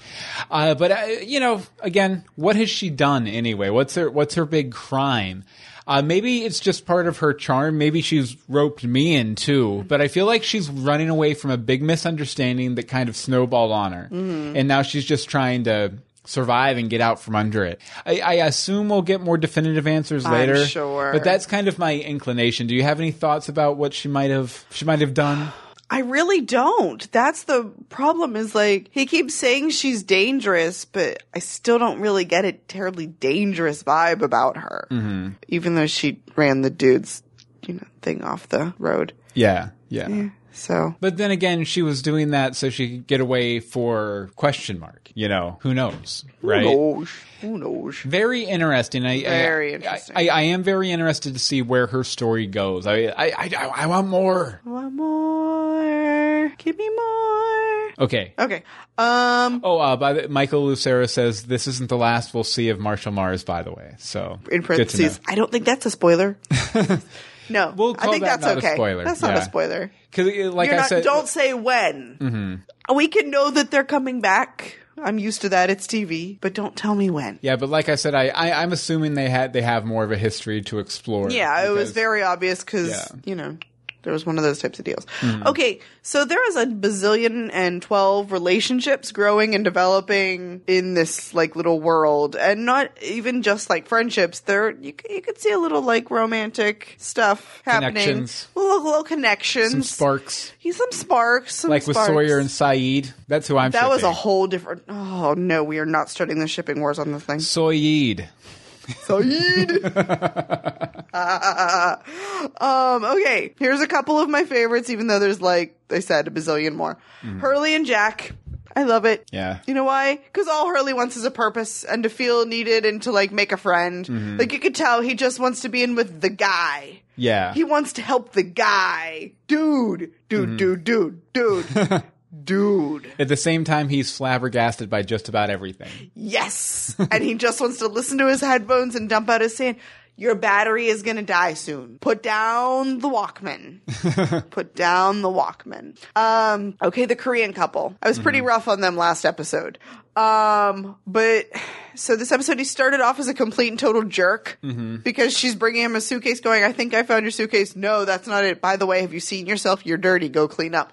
Speaker 1: Uh, but uh, you know, again, what has she done anyway? What's her What's her big crime? Uh, maybe it's just part of her charm. Maybe she's roped me in too. But I feel like she's running away from a big misunderstanding that kind of snowballed on her, and now she's just trying to survive and get out from under it. I, I assume we'll get more definitive answers later.
Speaker 2: sure.
Speaker 1: but that's kind of my inclination. Do you have any thoughts about what she might have she might have done?
Speaker 2: I really don't. That's the problem. Is like he keeps saying she's dangerous, but I still don't really get a terribly dangerous vibe about her. Mm-hmm. Even though she ran the dude's, you know, thing off the road.
Speaker 1: Yeah, yeah.
Speaker 2: So
Speaker 1: But then again, she was doing that so she could get away for question mark. You know, who knows, right?
Speaker 2: who knows? Who knows?
Speaker 1: Very interesting. I,
Speaker 2: Very
Speaker 1: I,
Speaker 2: interesting.
Speaker 1: I, I am very interested to see where her story goes. I, I, I, I want more.
Speaker 2: One more. Give me more.
Speaker 1: Okay.
Speaker 2: Okay. Um.
Speaker 1: Oh, uh, by the, Michael Lucero says this isn't the last we'll see of Marshall Mars. By the way, so good to know. [laughs]
Speaker 2: in
Speaker 1: uh,
Speaker 2: parentheses. I don't think that's a spoiler. no,
Speaker 1: We'll
Speaker 2: I
Speaker 1: call
Speaker 2: think
Speaker 1: that
Speaker 2: that's
Speaker 1: not a
Speaker 2: okay.
Speaker 1: spoiler.
Speaker 2: That's not
Speaker 1: Yeah.
Speaker 2: a spoiler.
Speaker 1: 'Cause, uh, like
Speaker 2: You're
Speaker 1: I
Speaker 2: not,
Speaker 1: said, Mm-hmm.
Speaker 2: don't say when. We can know that they're coming back. I'm used to that. It's TV, but don't tell me when.
Speaker 1: yeah, but like I said, I, I, I'm assuming they had they have more of a history to explore.
Speaker 2: Yeah, it was
Speaker 1: because-
Speaker 2: very obvious because
Speaker 1: Yeah. Mm.
Speaker 2: you know There was one of those types of deals. Okay, so there is a bazillion and twelve relationships growing and developing in this like little world, and not even just like friendships. There, you, c- you could see a little like romantic stuff happening,
Speaker 1: Connections.
Speaker 2: little, little connections,
Speaker 1: Some sparks.
Speaker 2: Yeah, some sparks, some
Speaker 1: Like with
Speaker 2: sparks.
Speaker 1: Sawyer and Saeed. That's who I'm
Speaker 2: That was a
Speaker 1: shipping.
Speaker 2: whole different. Oh no, we are not starting the shipping wars on this thing.
Speaker 1: Saeed. [laughs]
Speaker 2: Saeed. [laughs] um, okay, here's a couple of my favorites, even though there's like I said a bazillion more. Hurley and Jack. I love it.
Speaker 1: Mm-hmm. Yeah.
Speaker 2: You know why? Because all Hurley wants is a purpose and to feel needed and to like make a friend.
Speaker 1: Mm-hmm.
Speaker 2: Like you could tell he just wants to be in with the guy.
Speaker 1: Yeah.
Speaker 2: He wants to help the guy. Dude.
Speaker 1: Mm-hmm.
Speaker 2: Dude, dude,
Speaker 1: [laughs]
Speaker 2: dude, dude. dude.
Speaker 1: At the same time, he's flabbergasted by just about everything.
Speaker 2: yes. and he just wants to listen to his headphones and dump out his sand. Your battery is going to die soon. Put down the Walkman. Put down the Walkman. Um, okay, the Korean couple. I was pretty rough on them last episode. Um, but so this episode, he started off as a complete and total jerk because she's bringing him a suitcase going, I think I found your suitcase. No, that's not it. By the way, have you seen yourself? You're dirty. Go clean up.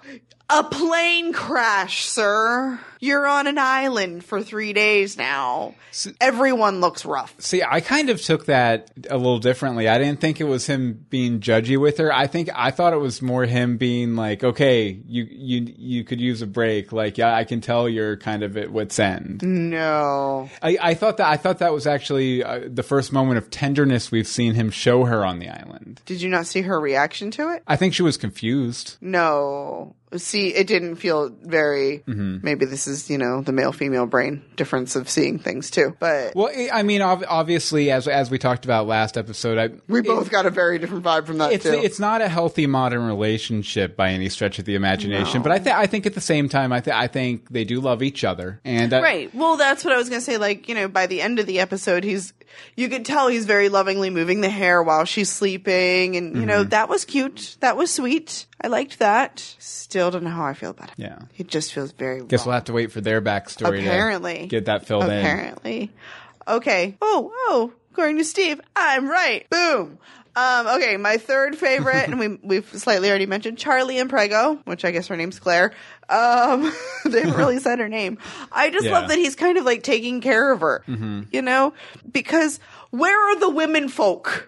Speaker 2: A plane crash, sir. You're on an island for three days now. Everyone looks rough.
Speaker 1: See, I kind of took that a little differently. I didn't think it was him being judgy with her. I think I thought it was more him being like, "Okay, you you you could use a break." Like, yeah, I can tell you're kind of at wit's end.
Speaker 2: Mm. No.
Speaker 1: I, I thought that I thought that was actually uh, the first moment of tenderness we've seen him show her on the island.
Speaker 2: Did you not see her reaction to it?
Speaker 1: I think she was confused.
Speaker 2: No. See, it didn't feel very.
Speaker 1: Mm-hmm.
Speaker 2: Maybe this is, you know, the male female brain difference of seeing things too. But
Speaker 1: Well, I- I mean, ob- obviously, as as we talked about last episode, I,
Speaker 2: we both got a very different vibe from that
Speaker 1: it's
Speaker 2: too.
Speaker 1: it's not a healthy modern relationship by any stretch of the imagination. But I think I think at the same time, I think I think they do love each other, and uh,
Speaker 2: Right. Well, that's what I was going to say. Like, you know, by the end of the episode, he's, you could tell he's very lovingly moving the hair while she's sleeping. And, you
Speaker 1: Mm-hmm.
Speaker 2: know, that was cute. That was sweet. I liked that. Still don't know how I feel about it.
Speaker 1: Yeah.
Speaker 2: It just feels very
Speaker 1: Guess
Speaker 2: wrong.
Speaker 1: we'll have to wait for their backstory.
Speaker 2: Apparently.
Speaker 1: to get that filled in.
Speaker 2: Apparently. Okay. Oh, oh, according to Steve, I'm right. Boom. Um, okay, my third favorite, and we, we've slightly already mentioned Charlie and Prego, which I guess her name's Claire. Um, [laughs] they haven't really said her name. I just
Speaker 1: Yeah.
Speaker 2: love that he's kind of like taking care of her, you know? Because where are the women folk?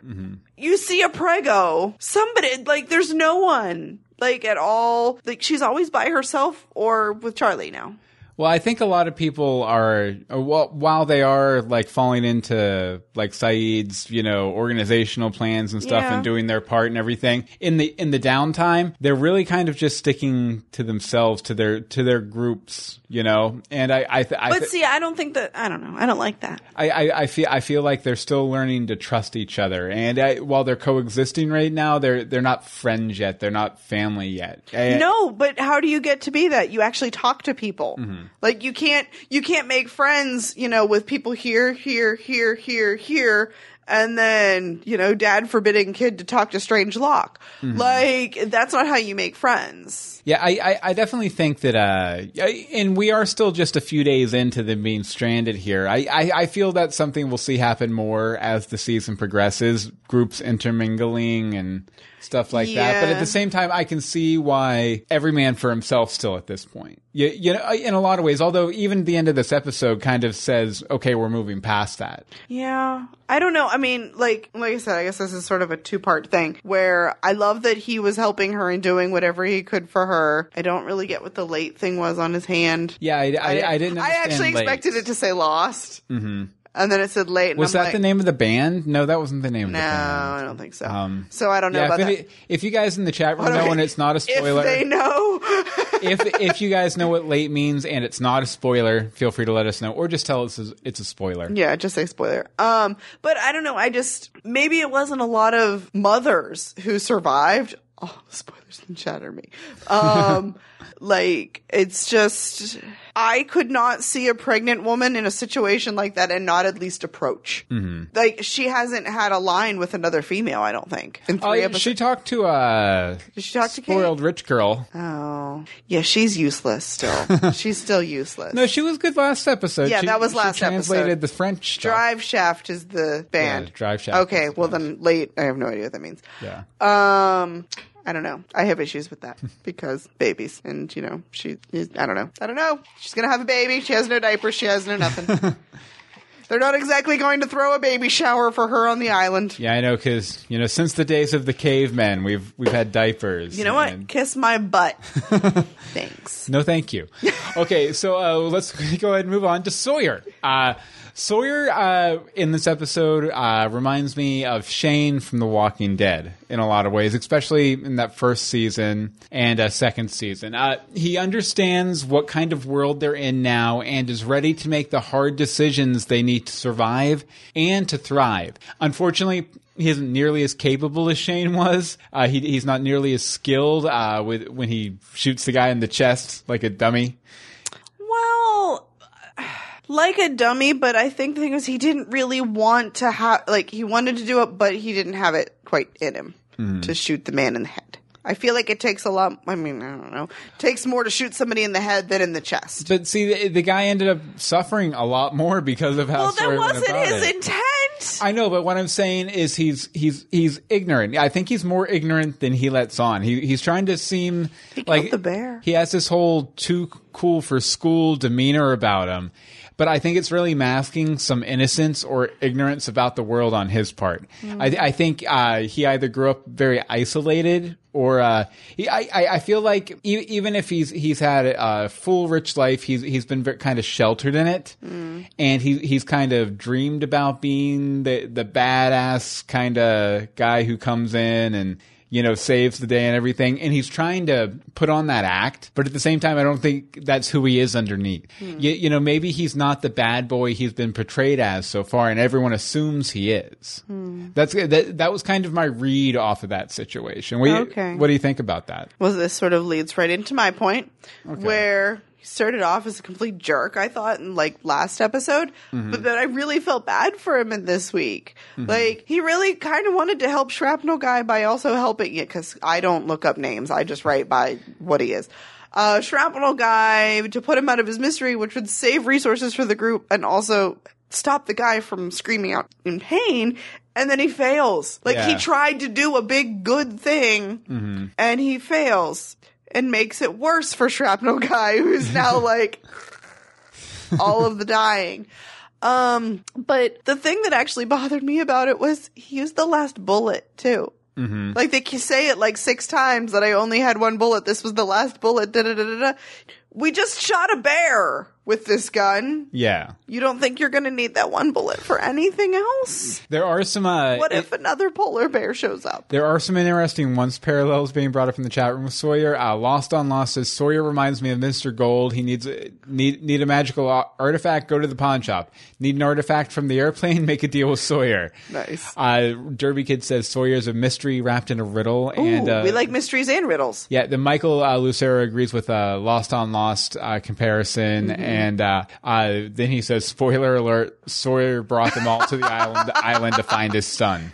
Speaker 2: You see a Prego, somebody, like, there's no one, like, at all. Like, she's always by herself or with Charlie now.
Speaker 1: Well, I think a lot of people are uh, wh- while they are like falling into like Saeed's, you know, organizational plans and stuff,
Speaker 2: Yeah.
Speaker 1: and doing their part and everything. In the in the downtime, they're really kind of just sticking to themselves, to their to their groups, you know. And I I th- I,
Speaker 2: But
Speaker 1: th-
Speaker 2: see, I don't think that, I don't know, I don't like that.
Speaker 1: I, I, I feel I feel like they're still learning to trust each other, and I, while they're coexisting right now, they're they're not friends yet, they're not family yet. I-
Speaker 2: No, but how do you get to be that? You actually talk to people. Like you can't you can't make friends, you know, with people here, here, here, here, here, and then, you know, dad forbidding kid to talk to strange lock. Like that's not how you make friends.
Speaker 1: Yeah, I, I, I definitely think that, uh, I- and we are still just a few days into them being stranded here. I, I, I feel that's something we'll see happen more as the season progresses, groups intermingling and stuff like that. But
Speaker 2: Yeah.
Speaker 1: at the same time, I can see why every man for himself still at this point. You, you know, in a lot of ways, although even the end of this episode kind of says, okay, we're moving past that.
Speaker 2: Yeah. I don't know. I mean, like like I said, I guess this is sort of a two-part thing where I love that he was helping her and doing whatever he could for her. I don't really get what the late thing was on his hand.
Speaker 1: Yeah, I, I, I didn't understand
Speaker 2: I actually
Speaker 1: late.
Speaker 2: expected it to say lost. Mm-hmm. And then it said late. And
Speaker 1: Was
Speaker 2: I'm
Speaker 1: that
Speaker 2: like,
Speaker 1: the name of the band? No, that wasn't the name
Speaker 2: No,
Speaker 1: of the band. Um,
Speaker 2: I don't think so. so I don't know
Speaker 1: Yeah,
Speaker 2: about
Speaker 1: if,
Speaker 2: that.
Speaker 1: any- if you guys in the chat room
Speaker 2: Okay.
Speaker 1: know and it's not a spoiler,
Speaker 2: [laughs] If they know,
Speaker 1: if if you guys know what late means and it's not a spoiler, feel free to let us know, or just tell us it's- it's a spoiler.
Speaker 2: yeah, just say spoiler. Um, but I don't know. I just maybe it wasn't a lot of mothers who survived. Oh, [laughs] spoilers can shatter me.
Speaker 1: [laughs]
Speaker 2: Um, like it's just I could not see a pregnant woman in a situation like that and not at least approach.
Speaker 1: Mm-hmm.
Speaker 2: Like she hasn't had a line with another female. I don't think in three
Speaker 1: Oh,
Speaker 2: episodes.
Speaker 1: she talked to a
Speaker 2: Did she talk to Kate?
Speaker 1: spoiled rich girl.
Speaker 2: Oh, yeah, she's useless
Speaker 1: [laughs]
Speaker 2: still. she's still useless.
Speaker 1: No, she was good last episode.
Speaker 2: Yeah,
Speaker 1: She-
Speaker 2: that was
Speaker 1: she
Speaker 2: last episode.
Speaker 1: Translated the French stuff.
Speaker 2: Drive Shaft is the band.
Speaker 1: Yeah, Drive Shaft
Speaker 2: Okay,
Speaker 1: is the
Speaker 2: well
Speaker 1: band.
Speaker 2: then late. I have no idea what that means.
Speaker 1: Yeah.
Speaker 2: Um, I don't know. I have
Speaker 1: [laughs]
Speaker 2: issues with that because babies, and you know, she. Is, I don't know. I don't know. She's gonna have a baby. She has no diapers. She has
Speaker 1: [laughs]
Speaker 2: no nothing. They're not exactly going to throw a baby shower for her on the island.
Speaker 1: Yeah, I know because you know since the days of the cavemen, we've we've had diapers.
Speaker 2: You know what?
Speaker 1: and-
Speaker 2: Kiss
Speaker 1: [laughs]
Speaker 2: my butt. Thanks.
Speaker 1: No, thank you. Okay, so uh, let's [laughs] go ahead and move on to Sawyer. Uh, Sawyer uh, in this episode uh, reminds me of Shane from The Walking Dead in a lot of ways, especially in that first season and uh, second season. Uh, he understands what kind of world they're in now and is ready to make the hard decisions they need to survive and to thrive. Unfortunately, he isn't nearly as capable as Shane was. Uh, he, he's not nearly as skilled uh, with when he shoots the guy in the chest like a dummy.
Speaker 2: Well, like a dummy, but I think the thing is he didn't really want to have like he wanted to do it, but he didn't have it quite in him to shoot the man in the head. I feel like it takes a lot. I mean, I don't know. Takes more to shoot somebody in the head than in the chest.
Speaker 1: But see, the, the guy ended up suffering a lot more because of how.
Speaker 2: Well, that
Speaker 1: Sawyer went
Speaker 2: wasn't
Speaker 1: about
Speaker 2: his
Speaker 1: it.
Speaker 2: intent.
Speaker 1: I know, but what I'm saying is he's he's he's ignorant. I think he's more ignorant than he lets on. He he's trying to seem like
Speaker 2: the bear.
Speaker 1: He has this whole too cool for school demeanor about him, but I think it's really masking some innocence or ignorance about the world on his part. I, I think uh, he either grew up very isolated. Or uh, he, I, I I feel like e- even if he's he's had a full rich life, he's he's been very, kind of sheltered in it, and he he's kind of dreamed about being the the badass kind of guy who comes in and you know saves the day and everything and he's trying to put on that act but at the same time i don't think that's who he is underneath
Speaker 2: Hmm.
Speaker 1: you, you know maybe he's not the bad boy he's been portrayed as so far and everyone assumes he is
Speaker 2: Hmm.
Speaker 1: that's that, that was kind of my read off of that situation what, do you-
Speaker 2: Okay.
Speaker 1: what do you think about that
Speaker 2: Well, this sort of leads right into my point, where he started off as a complete jerk. I thought in like last episode, but then I really felt bad for him in this week. Like he really kind of wanted to help Shrapnel guy by also helping it because I don't look up names; I just write by what he is. Uh, shrapnel guy to put him out of his misery, which would save resources for the group and also stop the guy from screaming out in pain. And then he fails. Like he
Speaker 1: Yeah.
Speaker 2: tried to do a big good thing and he fails and makes it worse for shrapnel guy
Speaker 1: [laughs]
Speaker 2: who's now like all of the dying um but the thing that actually bothered me about it was he used the last bullet too
Speaker 1: Mm-hmm.
Speaker 2: like they can say it like six times that i only had one bullet this was the last bullet da da da da da we just shot a bear with this gun
Speaker 1: yeah
Speaker 2: you don't think you're gonna need that one bullet for anything else
Speaker 1: there are some uh,
Speaker 2: what if another polar bear shows up
Speaker 1: There are some interesting once parallels being brought up in the chat room with Sawyer. Uh, Lost on Lost says Sawyer reminds me of Mr. Gold. He needs a, need need a magical ar- artifact. Go to the pawn shop. Need an artifact from the airplane. Make a deal with Sawyer.
Speaker 2: Nice.
Speaker 1: Uh, Derby Kid says Sawyer's a mystery wrapped in a riddle. and
Speaker 2: Ooh,
Speaker 1: uh,
Speaker 2: we like mysteries and riddles
Speaker 1: yeah, the Michael uh, Lucero agrees with uh, Lost on Lost uh, comparison,
Speaker 2: Mm-hmm.
Speaker 1: and uh, uh, then he says, "Spoiler alert: Sawyer brought them all to the island [laughs] island to find his
Speaker 2: [laughs]
Speaker 1: son."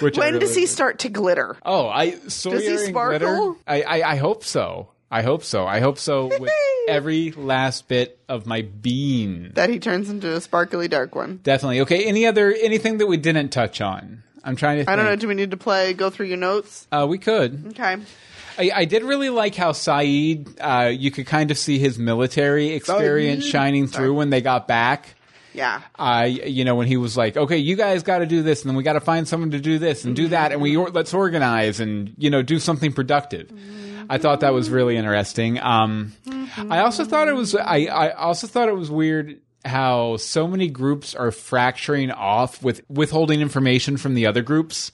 Speaker 1: Which I
Speaker 2: When does
Speaker 1: really-
Speaker 2: he start to glitter?
Speaker 1: Oh, I Sawyer
Speaker 2: he
Speaker 1: and
Speaker 2: sparkle?
Speaker 1: Glitter. I, I I hope so. I hope so. I hope
Speaker 2: [laughs]
Speaker 1: so with every last bit of my being.
Speaker 2: That he turns into a sparkly dark one.
Speaker 1: Definitely. Okay. Any other anything that we didn't touch on? I'm trying to. Think.
Speaker 2: I don't know. Do we need to play? Go through your notes.
Speaker 1: Uh, we could.
Speaker 2: Okay.
Speaker 1: I, I did really like how Saeed. Uh, you could kind of see his military experience shining through when they got back.
Speaker 2: Yeah.
Speaker 1: I, you know, when he was like, okay, you guys got to do this, and then we got to find someone to do this and
Speaker 2: Mm-hmm.
Speaker 1: do that, and we or- let's organize and you know do something productive. I thought that was really interesting. Um,
Speaker 2: Mm-hmm.
Speaker 1: I also thought it was, I, I also thought it was weird how so many groups are fracturing off with withholding information from the other groups.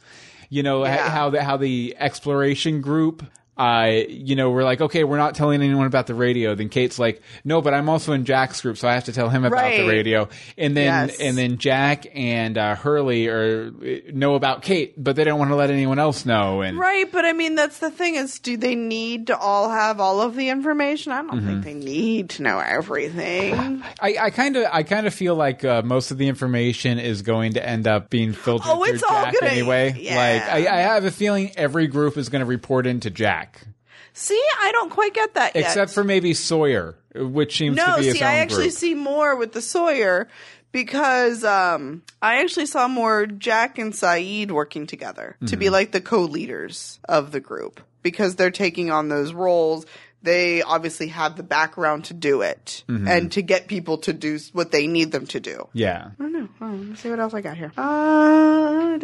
Speaker 1: You know h-
Speaker 2: Yeah.
Speaker 1: how the how the exploration group. Uh, you know, we're like, okay, we're not telling anyone about the radio. Then Kate's like, no, but I'm also in Jack's group, so I have to tell him about the
Speaker 2: Right.
Speaker 1: radio. And then,
Speaker 2: Yes.
Speaker 1: and then Jack and uh, Hurley are uh, know about Kate, but they don't want to let anyone else know. And
Speaker 2: Right, but I mean, that's the thing is, do they need to all have all of the information? I don't think they need to know everything.
Speaker 1: I, I kind of, I kind of feel like uh, most of the information is going to end up being filtered
Speaker 2: Oh,
Speaker 1: through
Speaker 2: it's all
Speaker 1: Jack
Speaker 2: gonna-
Speaker 1: anyway.
Speaker 2: yeah.
Speaker 1: Like, I, I have a feeling every group is going to report into Jack,
Speaker 2: see, I don't quite get that yet.
Speaker 1: except for maybe Sawyer, which seems
Speaker 2: no,
Speaker 1: to be his
Speaker 2: see, I
Speaker 1: own
Speaker 2: actually
Speaker 1: group.
Speaker 2: see more with the Sawyer because um, I actually saw more Jack and Saeed working together to
Speaker 1: Mm-hmm.
Speaker 2: be like the co-leaders of the group because they're taking on those roles. They obviously have the background to do it
Speaker 1: Mm-hmm.
Speaker 2: and to get people to do s- what they need them to do.
Speaker 1: Yeah.
Speaker 2: I don't know. Hold on, let me see what else I got here.
Speaker 1: Ah,
Speaker 2: Uh,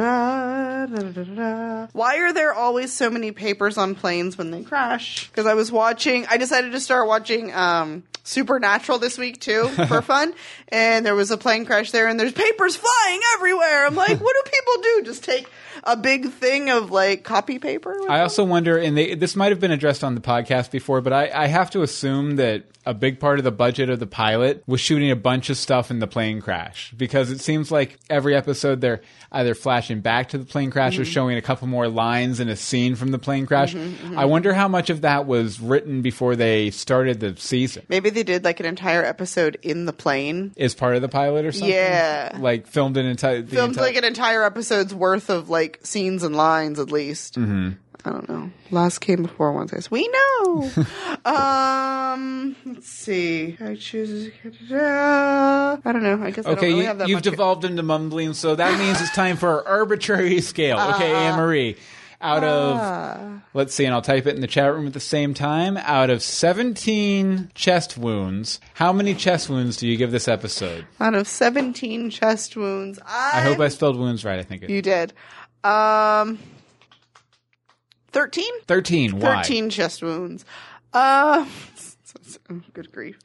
Speaker 2: da-da-da-da-da, da-da-da-da. Why are there always so many papers on planes when they crash? Because I was watching. I decided to start watching um, Supernatural this week
Speaker 1: [laughs]
Speaker 2: too for fun, and there was a plane crash there, and there's papers flying everywhere. I'm like, what do people do? Just take a big thing of like copy paper? with
Speaker 1: I
Speaker 2: them?
Speaker 1: also wonder, and they, this might have been addressed on the podcast before, but I, I have to assume that a big part of the budget of the pilot was shooting a bunch of stuff in the plane crash because it seems like every episode they're either flashing back to the plane crash
Speaker 2: Mm-hmm.
Speaker 1: or showing a couple more lines in a scene from the plane crash.
Speaker 2: mm-hmm.
Speaker 1: I wonder how much of that was written before they started the season.
Speaker 2: Maybe they did like an entire episode in the plane.
Speaker 1: Is part of the pilot or something?
Speaker 2: Yeah.
Speaker 1: Like filmed an entire. the
Speaker 2: filmed
Speaker 1: entire-
Speaker 2: like an entire episode's worth of like scenes and lines at least. Mm-hmm. I don't know. Last came before one says
Speaker 1: [laughs]
Speaker 2: we know. um, let's see. I choose. I don't know. I guess I don't
Speaker 1: Okay,
Speaker 2: really
Speaker 1: you,
Speaker 2: have that
Speaker 1: have
Speaker 2: much.
Speaker 1: devolved into mumbling, so that means it's time for our arbitrary [laughs] scale. okay,
Speaker 2: Ah.
Speaker 1: Anne Marie, out of let's see, and I'll type it in the chat room at the same time. Out of seventeen chest wounds, how many chest wounds do you give this episode?
Speaker 2: Out of seventeen chest wounds,
Speaker 1: I
Speaker 2: I,
Speaker 1: hope I spelled wounds right. I think
Speaker 2: Um, you
Speaker 1: it,
Speaker 2: did. Um, thirteen.
Speaker 1: thirteen. Why?
Speaker 2: 13 chest wounds. Uh, [laughs] oh, good grief.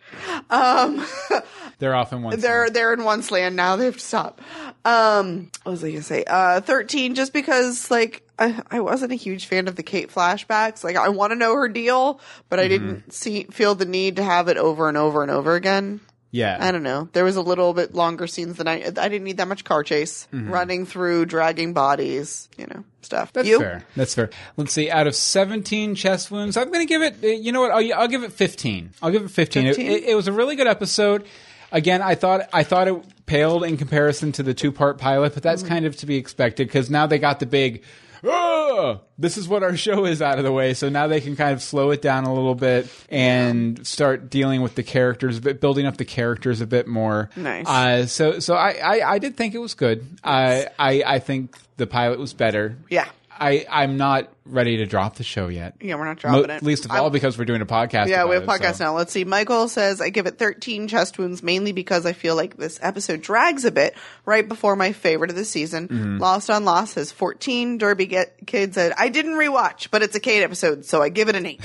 Speaker 2: Um, [laughs]
Speaker 1: They're off in one.
Speaker 2: they're
Speaker 1: sentence.
Speaker 2: they're in one slant now. They have to stop. Um, what was I gonna say? Uh, thirteen, just because like I, I wasn't a huge fan of the Kate flashbacks. Like I want to know her deal, but I
Speaker 1: Mm-hmm.
Speaker 2: didn't see feel the need to have it over and over and over again.
Speaker 1: yeah.
Speaker 2: I don't know. There was a little bit longer scenes than I. I didn't need that much car chase, running through, dragging bodies, you know, stuff.
Speaker 1: Mm-hmm. That's
Speaker 2: you?
Speaker 1: fair. That's fair. Let's see. Out of 17 chest wounds, I'm going to give it, uh, you know what? I'll, I'll give it 15. I'll give it 15. It-
Speaker 2: 15?
Speaker 1: It, it was a really good episode. Again, I thought I thought it paled in comparison to the two part pilot, but
Speaker 2: Mm.
Speaker 1: that's kind of to be expected because now they got the big, oh, this is what our [laughs] show is out of the way. So now they can kind of slow it down a little bit and start dealing with the characters, a bit, building up the characters a bit more.
Speaker 2: Nice.
Speaker 1: Uh, so so I, I, I did think it was good. I, I I think the pilot was better.
Speaker 2: Yeah.
Speaker 1: I, I'm not ready to drop the show yet.
Speaker 2: Yeah, we're not dropping it.
Speaker 1: Least of
Speaker 2: I-
Speaker 1: all because we're doing a podcast.
Speaker 2: Yeah,
Speaker 1: about
Speaker 2: we have
Speaker 1: it,
Speaker 2: podcast
Speaker 1: so-
Speaker 2: now. Let's see. Michael says I give it 13 chest wounds mainly because I feel like this episode drags a bit right before my favorite of the season.
Speaker 1: Mm-hmm.
Speaker 2: Lost on Lost says 14. Derby get, Kid said I didn't rewatch, but it's a Kate episode, so I give it an eight.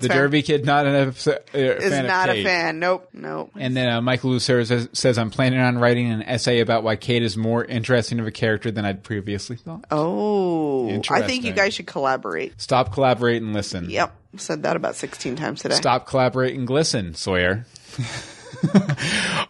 Speaker 1: [laughs] The
Speaker 2: fair.
Speaker 1: Derby Kid, not an episode. Uh,
Speaker 2: is
Speaker 1: fan of
Speaker 2: not a
Speaker 1: Kate.
Speaker 2: fan. Nope, nope.
Speaker 1: And then uh, Michael Lucero says, says, I'm planning on writing an essay about why Kate is more interesting of a character than I'd previously thought.
Speaker 2: oh, I think you
Speaker 1: Interesting.
Speaker 2: guys should collaborate.
Speaker 1: Stop, collaborate, and listen.
Speaker 2: Yep, said that about 16 times today.
Speaker 1: Stop, collaborate, and glisten,
Speaker 2: [laughs]
Speaker 1: Sawyer.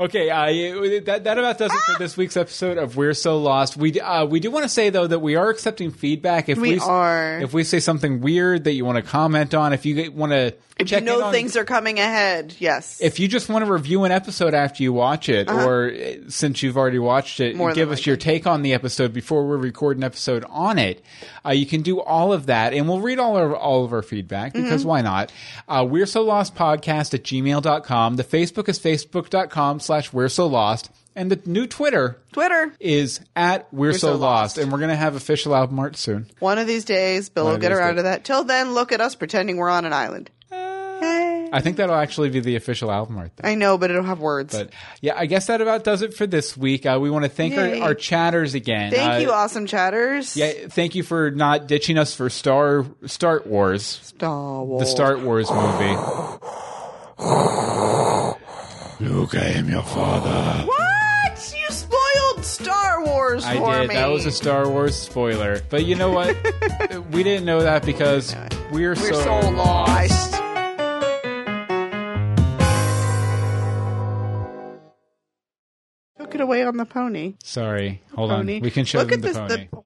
Speaker 1: okay, uh, you- that, that about does it for this week's episode of We're So Lost. We d- uh, we do want to say though that we are accepting feedback. If
Speaker 2: We
Speaker 1: we, s-
Speaker 2: are.
Speaker 1: if we say something weird that you want to comment on, if you want to
Speaker 2: If
Speaker 1: check
Speaker 2: you know
Speaker 1: in on,
Speaker 2: things are coming ahead, yes.
Speaker 1: if you just want to review an episode after you watch it, or uh, since you've already watched it,
Speaker 2: Uh-huh. More than
Speaker 1: give us your
Speaker 2: likely.
Speaker 1: take on the episode before we record an episode on it. Uh, you can do all of that, and we'll read all of, all of our feedback because
Speaker 2: Mm-hmm.
Speaker 1: why not? Uh, We're So Lost Podcast at gmail.com. The Facebook is facebook.com slash We're So Lost. And the new Twitter
Speaker 2: Twitter.
Speaker 1: is at We're, so,
Speaker 2: So
Speaker 1: lost.
Speaker 2: Lost.
Speaker 1: And we're going to have official album art soon.
Speaker 2: One of these days, Bill
Speaker 1: One
Speaker 2: will
Speaker 1: of
Speaker 2: get
Speaker 1: these
Speaker 2: around
Speaker 1: days.
Speaker 2: to that. Till then, look at us pretending we're on an island.
Speaker 1: I think that'll actually be the official album art.
Speaker 2: I know, but it'll have words.
Speaker 1: But yeah, I guess that about does it for this week. Uh, we want to thank our,
Speaker 2: Yay.
Speaker 1: our chatters again.
Speaker 2: Thank
Speaker 1: Uh,
Speaker 2: you, awesome chatters.
Speaker 1: Yeah, thank you for not ditching us for Star Star Wars,
Speaker 2: Star Wars.
Speaker 1: the Star Wars movie.
Speaker 2: Oh, What? You spoiled Star Wars
Speaker 1: I
Speaker 2: for
Speaker 1: did.
Speaker 2: me.
Speaker 1: That was a Star Wars spoiler. But you know
Speaker 2: [laughs]
Speaker 1: what? we didn't know that because we're,
Speaker 2: We're so lost. Took it away on the pony.
Speaker 1: Sorry. Hold on.
Speaker 2: Pony.
Speaker 1: We can show
Speaker 2: Look
Speaker 1: them
Speaker 2: at
Speaker 1: the
Speaker 2: this,
Speaker 1: pony.
Speaker 2: The,